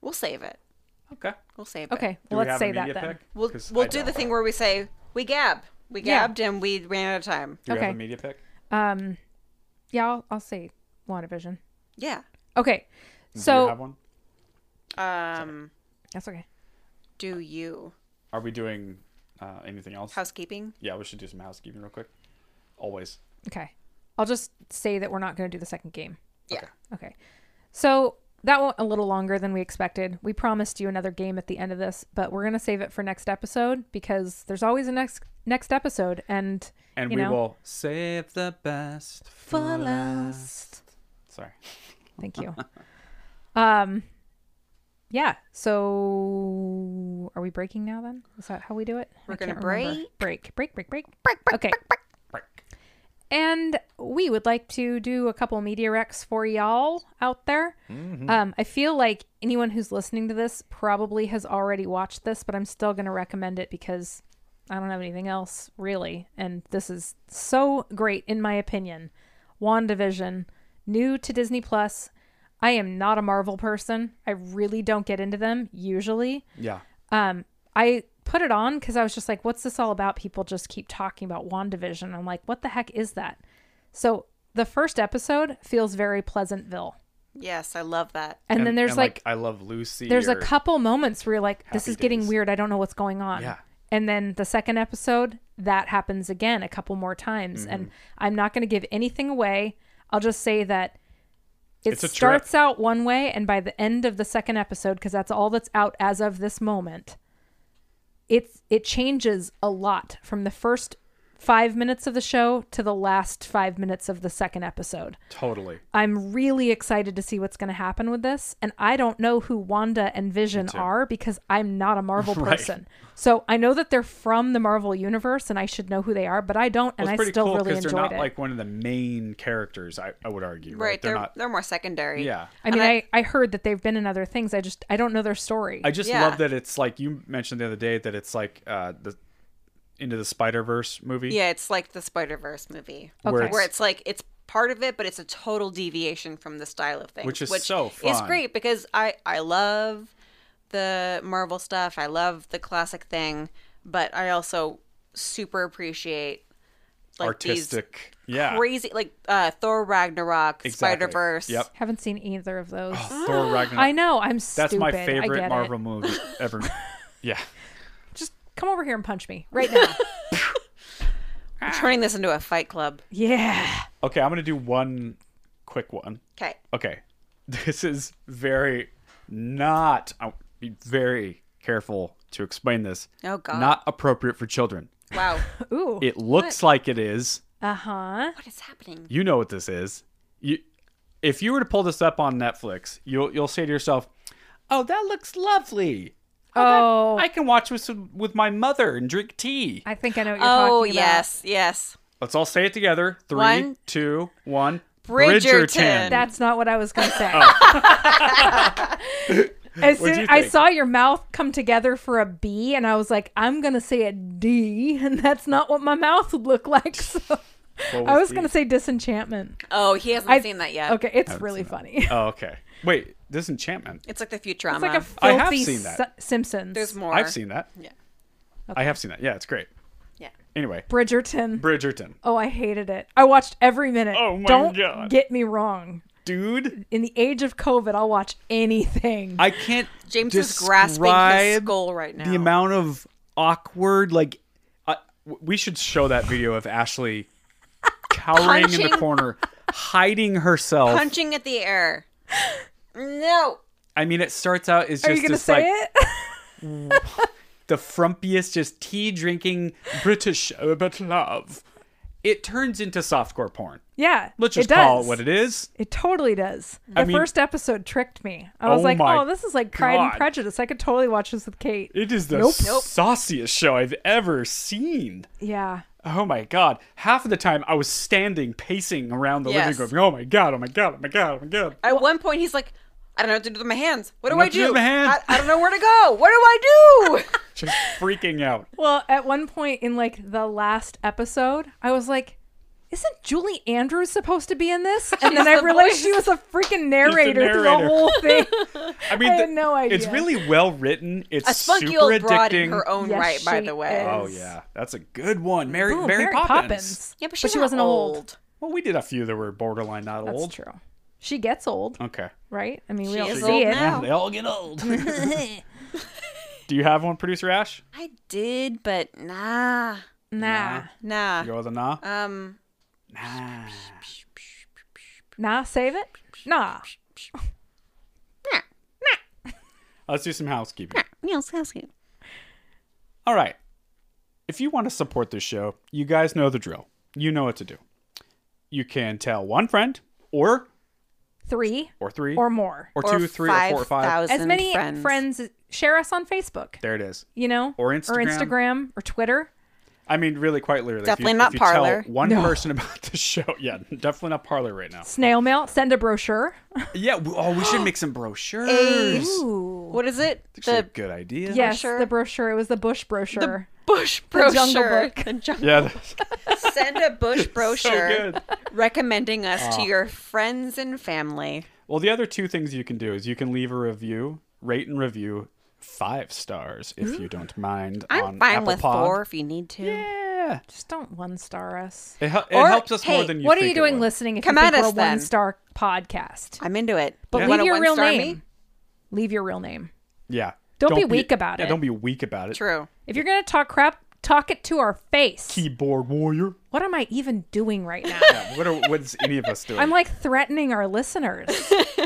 [SPEAKER 3] We'll save it.
[SPEAKER 2] Okay.
[SPEAKER 3] We'll save it.
[SPEAKER 1] Okay, well, let's say that then.
[SPEAKER 3] We'll
[SPEAKER 2] 'Cause
[SPEAKER 3] we'll
[SPEAKER 2] I
[SPEAKER 3] do the
[SPEAKER 2] don't.
[SPEAKER 3] thing where we say we gab. We
[SPEAKER 1] Yeah.
[SPEAKER 3] gabbed and we ran out of time.
[SPEAKER 2] Do we have a media pick?
[SPEAKER 1] Um, yeah, I'll, I'll say WandaVision.
[SPEAKER 3] Yeah.
[SPEAKER 1] Okay.
[SPEAKER 2] Do you
[SPEAKER 1] So
[SPEAKER 2] have one?
[SPEAKER 3] Um
[SPEAKER 1] that's okay.
[SPEAKER 3] Do you
[SPEAKER 2] Are we doing uh, anything else?
[SPEAKER 3] housekeeping?
[SPEAKER 2] Yeah, we should do some housekeeping real quick. Always.
[SPEAKER 1] Okay. I'll just say that we're not going to do the second game.
[SPEAKER 3] Yeah.
[SPEAKER 1] Okay. So that went a little longer than we expected. We promised you another game at the end of this, but we're going to save it for next episode because there's always a next next episode and
[SPEAKER 2] And
[SPEAKER 1] you
[SPEAKER 2] we
[SPEAKER 1] know,
[SPEAKER 2] will save the best for last. Sorry.
[SPEAKER 1] Thank (laughs) you. um yeah. So are we breaking now then? Is that how we do it?
[SPEAKER 3] We're
[SPEAKER 1] I
[SPEAKER 3] gonna
[SPEAKER 1] can't remember.
[SPEAKER 3] break.
[SPEAKER 1] Break, break, break, break. Break, break, okay. break, break. And we would like to do a couple media recs for y'all out there.
[SPEAKER 11] Mhm.
[SPEAKER 1] Um, I feel like anyone who's listening to this probably has already watched this, but I'm still going to recommend it because I don't have anything else really. And this is so great, in my opinion. WandaVision, new to Disney Plus. I am not a Marvel person. I really don't get into them usually.
[SPEAKER 2] Yeah.
[SPEAKER 1] Um, I put it on because I was just like, what's this all about? People just keep talking about WandaVision. I'm like, what the heck is that? So the first episode feels very Pleasantville.
[SPEAKER 3] Yes, I love that.
[SPEAKER 1] And, then there's like,
[SPEAKER 2] I love Lucy.
[SPEAKER 1] there's a
[SPEAKER 2] or-
[SPEAKER 1] couple moments where you're like, this
[SPEAKER 2] Happy
[SPEAKER 1] is getting
[SPEAKER 2] Days.
[SPEAKER 1] weird. I don't know what's going on.
[SPEAKER 2] Yeah.
[SPEAKER 1] And then the second episode, that happens again a couple more times.
[SPEAKER 2] Mhm.
[SPEAKER 1] And I'm not going to give anything away. I'll just say that it
[SPEAKER 2] It's a trip.
[SPEAKER 1] starts out one way, and by the end of the second episode, because that's all that's out as of this moment, it's it changes a lot from the first five minutes of the show to the last five minutes of the second episode.
[SPEAKER 2] Totally.
[SPEAKER 1] I'm really excited to see what's going to happen with this. And I don't know who Wanda and Vision
[SPEAKER 2] too.
[SPEAKER 1] are because I'm not a Marvel
[SPEAKER 2] (laughs) Right.
[SPEAKER 1] person. So I know that they're from the Marvel universe and I should know who they are, but I don't. and
[SPEAKER 2] Well, it's
[SPEAKER 1] I
[SPEAKER 2] pretty
[SPEAKER 1] still
[SPEAKER 2] cool
[SPEAKER 1] really
[SPEAKER 2] they're
[SPEAKER 1] enjoyed
[SPEAKER 2] not
[SPEAKER 1] it.
[SPEAKER 2] like one of the main characters. I, I would argue. Right?
[SPEAKER 3] Right, they're
[SPEAKER 2] not.
[SPEAKER 3] they're more secondary.
[SPEAKER 2] Yeah.
[SPEAKER 1] I mean, I, I heard that they've been in other things. I just, I don't know their story.
[SPEAKER 2] I just love that it's like you mentioned the other day that it's like uh, the into the Spider Verse movie.
[SPEAKER 3] Yeah, it's like the Spider Verse movie,
[SPEAKER 2] Where
[SPEAKER 3] where,
[SPEAKER 2] Okay. it's-
[SPEAKER 3] it's, like it's part of it, but it's a total deviation from the style of things,
[SPEAKER 2] Which is so fun.
[SPEAKER 3] great because I I love the Marvel stuff. I love the classic thing, but I also super appreciate like
[SPEAKER 2] Artistic.
[SPEAKER 3] these
[SPEAKER 2] Yeah.
[SPEAKER 3] crazy like uh, Thor Ragnarok,
[SPEAKER 2] Exactly.
[SPEAKER 3] Spider Verse.
[SPEAKER 2] Yep.
[SPEAKER 3] (gasps)
[SPEAKER 1] Haven't seen either of those.
[SPEAKER 2] Thor Ragnarok.
[SPEAKER 1] I know. I'm
[SPEAKER 2] Oh, That's my
[SPEAKER 1] stupid. I get
[SPEAKER 2] favorite
[SPEAKER 1] it. (laughs)
[SPEAKER 2] Marvel movie ever. yeah.
[SPEAKER 1] Come over here and punch me right
[SPEAKER 3] (laughs)
[SPEAKER 1] now.
[SPEAKER 3] We're turning this into a fight club.
[SPEAKER 1] Yeah.
[SPEAKER 2] Okay, I'm gonna do one quick one.
[SPEAKER 3] 'Kay.
[SPEAKER 2] Okay. (laughs) This is very not. I'll be very careful to explain this.
[SPEAKER 3] Oh, God.
[SPEAKER 2] Not appropriate for children.
[SPEAKER 3] Wow.
[SPEAKER 1] Ooh.
[SPEAKER 2] It looks like it is.
[SPEAKER 1] Uh huh.
[SPEAKER 3] What
[SPEAKER 2] (laughs)
[SPEAKER 3] is happening?
[SPEAKER 2] You know what this is. You, if you were to pull this up on Netflix, you'll you'll say to yourself, "Oh, that looks lovely."
[SPEAKER 1] Oh,
[SPEAKER 2] I can watch with some, with my mother and drink tea.
[SPEAKER 1] I think I know what you're talking
[SPEAKER 3] Oh
[SPEAKER 1] about.
[SPEAKER 3] yes, yes.
[SPEAKER 2] Let's all say it together. Three,
[SPEAKER 3] One.
[SPEAKER 2] two, one.
[SPEAKER 3] Bridgerton.
[SPEAKER 1] That's not what I was going to say. (laughs) As
[SPEAKER 2] Oh. What'd
[SPEAKER 1] soon,
[SPEAKER 2] you
[SPEAKER 1] I
[SPEAKER 2] think?
[SPEAKER 1] saw your mouth come together for a B, and I was like, I'm going to say a D, (laughs) and that's not what my mouth would look like. So
[SPEAKER 2] What
[SPEAKER 1] I was
[SPEAKER 2] the-
[SPEAKER 1] going to say disenchantment.
[SPEAKER 3] Oh, he hasn't
[SPEAKER 1] I-
[SPEAKER 3] seen that yet.
[SPEAKER 1] Okay, it's really funny.
[SPEAKER 2] Oh, okay. Wait, Disenchantment.
[SPEAKER 3] It's like the
[SPEAKER 1] (laughs)
[SPEAKER 3] Futurama.
[SPEAKER 1] It's like a
[SPEAKER 2] Oh. I
[SPEAKER 1] filthy
[SPEAKER 2] have seen that.
[SPEAKER 1] Su- Simpsons.
[SPEAKER 3] There's more.
[SPEAKER 2] I've seen that.
[SPEAKER 3] Yeah.
[SPEAKER 2] I have seen that. Yeah, it's great.
[SPEAKER 3] Yeah.
[SPEAKER 2] Anyway,
[SPEAKER 1] Bridgerton.
[SPEAKER 2] Bridgerton.
[SPEAKER 1] Oh, I hated it. I watched every minute.
[SPEAKER 2] Oh my
[SPEAKER 1] Don't
[SPEAKER 2] God.
[SPEAKER 1] get me wrong.
[SPEAKER 2] Dude.
[SPEAKER 1] In the age of COVID, I'll watch anything.
[SPEAKER 2] I can't.
[SPEAKER 3] James is
[SPEAKER 2] describe
[SPEAKER 3] grasping his skull right now.
[SPEAKER 2] The amount of awkward, like, I w we should show that video
[SPEAKER 1] (laughs)
[SPEAKER 2] of Ashley cowering in the
[SPEAKER 3] Punching-
[SPEAKER 2] corner, hiding herself.
[SPEAKER 3] punching at the air. (laughs) No.
[SPEAKER 2] I mean, it starts out as just
[SPEAKER 1] Are you going to
[SPEAKER 2] this,
[SPEAKER 1] say
[SPEAKER 2] like,
[SPEAKER 1] it? (laughs)
[SPEAKER 2] the frumpiest, just tea drinking British uh, but love. It turns into softcore porn.
[SPEAKER 1] Yeah.
[SPEAKER 2] Let's just
[SPEAKER 1] it does.
[SPEAKER 2] call it what it is.
[SPEAKER 1] It totally does. The
[SPEAKER 2] Mm. I mean-
[SPEAKER 1] first episode tricked me. I was
[SPEAKER 2] Oh
[SPEAKER 1] like,
[SPEAKER 2] my
[SPEAKER 1] "Oh, this is like Pride and
[SPEAKER 2] God.
[SPEAKER 1] Prejudice. I could totally watch this with Kate."
[SPEAKER 2] It is the
[SPEAKER 1] nope.
[SPEAKER 2] sauciest show I've ever seen.
[SPEAKER 1] Yeah.
[SPEAKER 2] Oh my god. Half of the time I was standing, pacing around the
[SPEAKER 3] Yes.
[SPEAKER 2] living room, going, oh my god, oh my god, oh my god, oh my god.
[SPEAKER 3] At one point, he's like, I don't know what to do with my hands. What do
[SPEAKER 2] don't
[SPEAKER 3] I
[SPEAKER 2] know what to do
[SPEAKER 3] do?
[SPEAKER 2] with my hands."
[SPEAKER 3] I, I don't know where to go. What
[SPEAKER 2] (laughs)
[SPEAKER 3] do I do?
[SPEAKER 2] Just freaking out.
[SPEAKER 1] Well, at one point in like the last episode, I was like, "Isn't Julie Andrews supposed to be in
[SPEAKER 2] (laughs)
[SPEAKER 1] this?" And then I realized she was a freaking narrator, through the
[SPEAKER 2] narrator. (laughs)
[SPEAKER 1] whole thing.
[SPEAKER 2] I mean,
[SPEAKER 1] I had
[SPEAKER 2] the-
[SPEAKER 1] no
[SPEAKER 2] It's
[SPEAKER 1] idea.
[SPEAKER 2] really well written. It's
[SPEAKER 3] A spunky
[SPEAKER 2] super
[SPEAKER 3] old
[SPEAKER 2] addicting.
[SPEAKER 3] broad in her own
[SPEAKER 1] Yes,
[SPEAKER 3] right, by
[SPEAKER 1] she
[SPEAKER 3] the way.
[SPEAKER 2] Oh
[SPEAKER 1] is.
[SPEAKER 2] yeah, that's a good one, Mary.
[SPEAKER 1] Ooh,
[SPEAKER 2] Mary,
[SPEAKER 1] Mary
[SPEAKER 2] Poppins.
[SPEAKER 1] Poppins.
[SPEAKER 3] Yeah, but,
[SPEAKER 1] she
[SPEAKER 3] she's
[SPEAKER 1] wasn't
[SPEAKER 3] not
[SPEAKER 1] old.
[SPEAKER 2] Well, we did a few that were borderline not
[SPEAKER 1] That's
[SPEAKER 2] old.
[SPEAKER 1] true. She gets old,
[SPEAKER 2] Okay.
[SPEAKER 1] right? I mean, we
[SPEAKER 3] She
[SPEAKER 1] all see
[SPEAKER 3] is old
[SPEAKER 1] it.
[SPEAKER 3] now.
[SPEAKER 2] They all get
[SPEAKER 3] (laughs)
[SPEAKER 2] old. Do you have one, producer Ash?
[SPEAKER 3] I did, but nah,
[SPEAKER 1] Nah,
[SPEAKER 3] nah.
[SPEAKER 2] You're the nah. Ah.
[SPEAKER 3] Um,
[SPEAKER 2] Nah.
[SPEAKER 1] nah, save it. Nah.
[SPEAKER 2] Let's do some housekeeping.
[SPEAKER 3] Neil's asking.
[SPEAKER 2] All right. If you want to support this show, you guys know the drill. You know what to do. You can tell one friend, or
[SPEAKER 1] Three
[SPEAKER 2] or three,
[SPEAKER 1] or more.
[SPEAKER 2] or
[SPEAKER 3] Or
[SPEAKER 2] two, three, or four, or five.
[SPEAKER 3] 5,000.
[SPEAKER 1] As many
[SPEAKER 3] friends.
[SPEAKER 1] friends share us on Facebook.
[SPEAKER 2] There it is.
[SPEAKER 1] you know,
[SPEAKER 2] Or
[SPEAKER 1] or
[SPEAKER 2] Instagram.
[SPEAKER 1] Instagram, or Twitter.
[SPEAKER 2] I mean, really, quite literally.
[SPEAKER 3] Definitely
[SPEAKER 2] if you, if
[SPEAKER 3] not
[SPEAKER 2] you tell
[SPEAKER 3] Parler.
[SPEAKER 2] one person (laughs) about the show, yeah, definitely not parlor right now.
[SPEAKER 1] Snail mail, send a brochure.
[SPEAKER 2] (laughs) Yeah. w- Oh, we should make some brochures.
[SPEAKER 1] Ooh.
[SPEAKER 3] What is it?
[SPEAKER 2] Actually, a
[SPEAKER 3] The
[SPEAKER 2] good idea.
[SPEAKER 1] Yes,
[SPEAKER 3] brochure?
[SPEAKER 1] the brochure. It was the Bush brochure.
[SPEAKER 3] Bush brochure.
[SPEAKER 1] The Jungle
[SPEAKER 3] (laughs)
[SPEAKER 1] Book.
[SPEAKER 3] The jungle-
[SPEAKER 2] Yeah. That's
[SPEAKER 3] Send a Bush
[SPEAKER 2] so
[SPEAKER 3] brochure
[SPEAKER 2] good. Ah.
[SPEAKER 3] recommending us to your friends and family.
[SPEAKER 2] (laughs) Well, the other two things you can do is you can leave a review, rate and review five stars if you don't mind.
[SPEAKER 3] I'm
[SPEAKER 2] on
[SPEAKER 3] fine
[SPEAKER 2] Apple
[SPEAKER 3] with
[SPEAKER 2] Pod.
[SPEAKER 3] four if you need to.
[SPEAKER 2] Yeah.
[SPEAKER 1] Just don't one star us.
[SPEAKER 2] It, hel- it
[SPEAKER 3] Or-
[SPEAKER 2] helps us more
[SPEAKER 3] hey,
[SPEAKER 2] than you
[SPEAKER 1] what are
[SPEAKER 2] think
[SPEAKER 1] you
[SPEAKER 2] it
[SPEAKER 1] doing
[SPEAKER 2] would.
[SPEAKER 1] listening if
[SPEAKER 3] Come
[SPEAKER 1] you think
[SPEAKER 3] at
[SPEAKER 1] we're
[SPEAKER 3] us
[SPEAKER 1] a
[SPEAKER 3] then.
[SPEAKER 1] one star podcast?
[SPEAKER 3] I'm into it.
[SPEAKER 1] But
[SPEAKER 2] Yeah.
[SPEAKER 1] leave
[SPEAKER 3] Wanna
[SPEAKER 1] your real
[SPEAKER 3] one-star
[SPEAKER 1] name.
[SPEAKER 3] me?
[SPEAKER 1] Leave your real name.
[SPEAKER 2] Yeah.
[SPEAKER 1] Don't be weak about
[SPEAKER 2] yeah,
[SPEAKER 1] it.
[SPEAKER 2] Don't be weak about it.
[SPEAKER 3] True.
[SPEAKER 1] If you're gonna talk crap, talk it to our face.
[SPEAKER 2] Keyboard warrior.
[SPEAKER 1] What am I even doing right
[SPEAKER 2] (laughs)
[SPEAKER 1] now?
[SPEAKER 2] Yeah, what are what's any of us doing?
[SPEAKER 1] I'm like threatening our
[SPEAKER 3] (laughs)
[SPEAKER 1] listeners.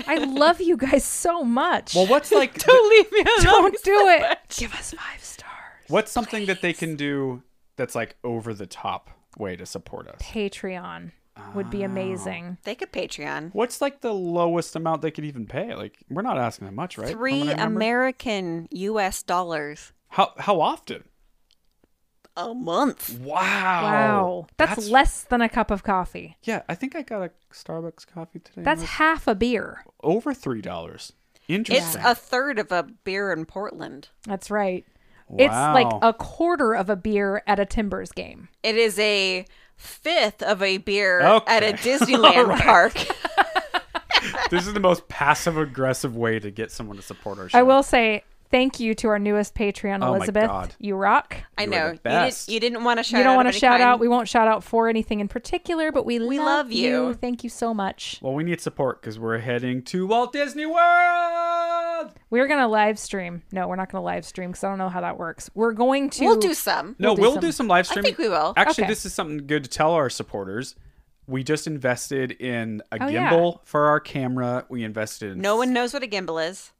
[SPEAKER 1] I love you guys so much.
[SPEAKER 2] well, what's like
[SPEAKER 3] (laughs) Don't leave me alone.
[SPEAKER 1] don't do it. Give us five stars.
[SPEAKER 2] what's something that they can do that's like over the top? way to support us?
[SPEAKER 1] Patreon would
[SPEAKER 2] Oh.
[SPEAKER 1] be amazing.
[SPEAKER 3] They could Patreon.
[SPEAKER 2] What's like the lowest amount they could even pay? Like we're not asking that much, right? From what
[SPEAKER 3] Three
[SPEAKER 2] I remember.
[SPEAKER 3] American U.S. dollars
[SPEAKER 2] How how often?
[SPEAKER 3] a month.
[SPEAKER 2] Wow.
[SPEAKER 3] Oh,
[SPEAKER 1] Wow. That's, less than a cup of coffee.
[SPEAKER 2] Yeah, I think I got a Starbucks coffee
[SPEAKER 3] Mm.
[SPEAKER 2] today.
[SPEAKER 1] That's
[SPEAKER 2] It was
[SPEAKER 1] half a beer.
[SPEAKER 2] over three dollars.
[SPEAKER 3] It's
[SPEAKER 2] Interesting.
[SPEAKER 3] a third of a beer in Portland.
[SPEAKER 1] That's right. It's like
[SPEAKER 2] Wow.
[SPEAKER 1] a quarter of a beer at a Timbers game.
[SPEAKER 3] It is a fifth of a beer at a
[SPEAKER 2] Okay. (laughs)
[SPEAKER 3] Disneyland
[SPEAKER 2] Alright.
[SPEAKER 3] park.
[SPEAKER 2] (laughs) this is the most passive aggressive way to get someone to support our show.
[SPEAKER 1] I will say thank you to our newest Patreon,
[SPEAKER 2] Oh my
[SPEAKER 1] Elizabeth.
[SPEAKER 2] God.
[SPEAKER 1] You rock.
[SPEAKER 3] (laughs) I
[SPEAKER 2] You are
[SPEAKER 3] know
[SPEAKER 2] the
[SPEAKER 3] you, did,
[SPEAKER 2] best.
[SPEAKER 3] you didn't want to shout.
[SPEAKER 1] you don't
[SPEAKER 3] out
[SPEAKER 1] want
[SPEAKER 3] of
[SPEAKER 1] to
[SPEAKER 3] any
[SPEAKER 1] shout out.
[SPEAKER 3] kind.
[SPEAKER 1] We won't shout out for anything in particular, but we, we
[SPEAKER 3] love you.
[SPEAKER 1] Thank you so much.
[SPEAKER 2] Well, we need support because we're heading to Walt Disney World.
[SPEAKER 1] We're gonna live stream. No, we're not gonna live stream because I don't know how that works. We're going to.
[SPEAKER 3] We'll do some.
[SPEAKER 2] No, we'll, do some live
[SPEAKER 3] I
[SPEAKER 2] streaming.
[SPEAKER 3] think we will.
[SPEAKER 2] Actually,
[SPEAKER 1] Okay.
[SPEAKER 2] this is something good to tell our supporters. We just invested in a
[SPEAKER 3] Oh, yeah.
[SPEAKER 2] gimbal for our camera. We invested in
[SPEAKER 3] No one knows what a gimbal is.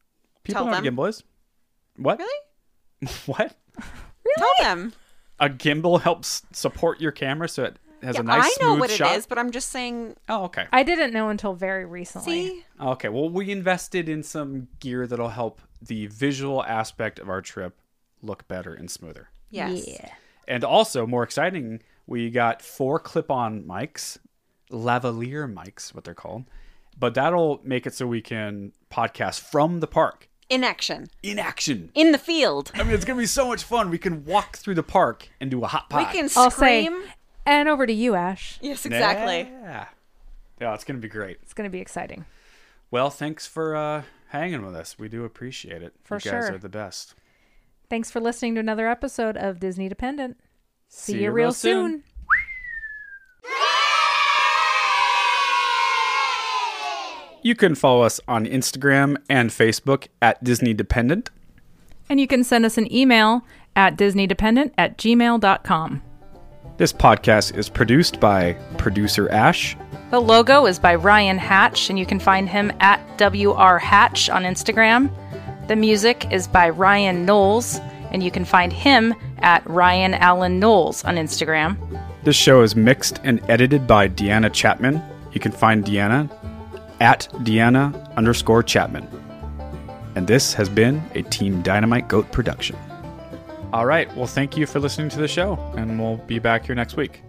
[SPEAKER 2] people
[SPEAKER 3] Tell
[SPEAKER 2] know what a
[SPEAKER 3] them.
[SPEAKER 2] gimbal is. What?
[SPEAKER 3] Really?
[SPEAKER 2] (laughs) what?
[SPEAKER 3] Tell them.
[SPEAKER 2] A gimbal helps support your camera so it has
[SPEAKER 3] Yeah,
[SPEAKER 2] a nice
[SPEAKER 3] I know
[SPEAKER 2] smooth
[SPEAKER 3] what
[SPEAKER 2] shot.
[SPEAKER 3] it is, but I'm just saying.
[SPEAKER 2] Oh, okay.
[SPEAKER 1] I didn't know until very recently.
[SPEAKER 3] See,
[SPEAKER 2] Okay, well, we invested in some gear that'll help the visual aspect of our trip look better and smoother.
[SPEAKER 3] yes.
[SPEAKER 2] And also, more exciting, we got four clip on mics, lavalier mics, what they're called. But that'll make it so we can podcast from the park
[SPEAKER 3] In action,
[SPEAKER 2] in action.
[SPEAKER 3] in the field,
[SPEAKER 2] I mean, it's going to be so much fun. We can walk through the park and do a hot
[SPEAKER 3] we
[SPEAKER 2] pot.
[SPEAKER 3] can
[SPEAKER 1] I'll say,
[SPEAKER 3] scream.
[SPEAKER 1] and over to you, Ash.
[SPEAKER 3] Yes, exactly.
[SPEAKER 2] Yeah. Yeah, it's going to be great.
[SPEAKER 1] It's gonna be exciting.
[SPEAKER 2] Well, thanks for uh, hanging with us. We do appreciate it.
[SPEAKER 1] For
[SPEAKER 2] you guys
[SPEAKER 1] sure.
[SPEAKER 2] are the best.
[SPEAKER 1] Thanks for listening to another episode of Disney Dependent. See,
[SPEAKER 2] See
[SPEAKER 1] you
[SPEAKER 2] you
[SPEAKER 1] real
[SPEAKER 2] real soon.
[SPEAKER 1] soon.
[SPEAKER 2] You can follow us on Instagram and Facebook at Disney Dependent.
[SPEAKER 1] And you can send us an email at disneydependent at gmail.com.
[SPEAKER 2] This podcast is produced by producer Ash.
[SPEAKER 1] The logo is by Ryan Hatch, and you can find him at WR Hatch on Instagram. The music is by Ryan Knowles, and you can find him at Ryan Allen Knowles on Instagram.
[SPEAKER 2] This show is mixed and edited by Deanna Chapman. You can find Deanna at Deanna underscore Chapman. And this has been a Team Dynamite Goat production. All right. Well, thank you for listening to the show, and we'll be back here next week.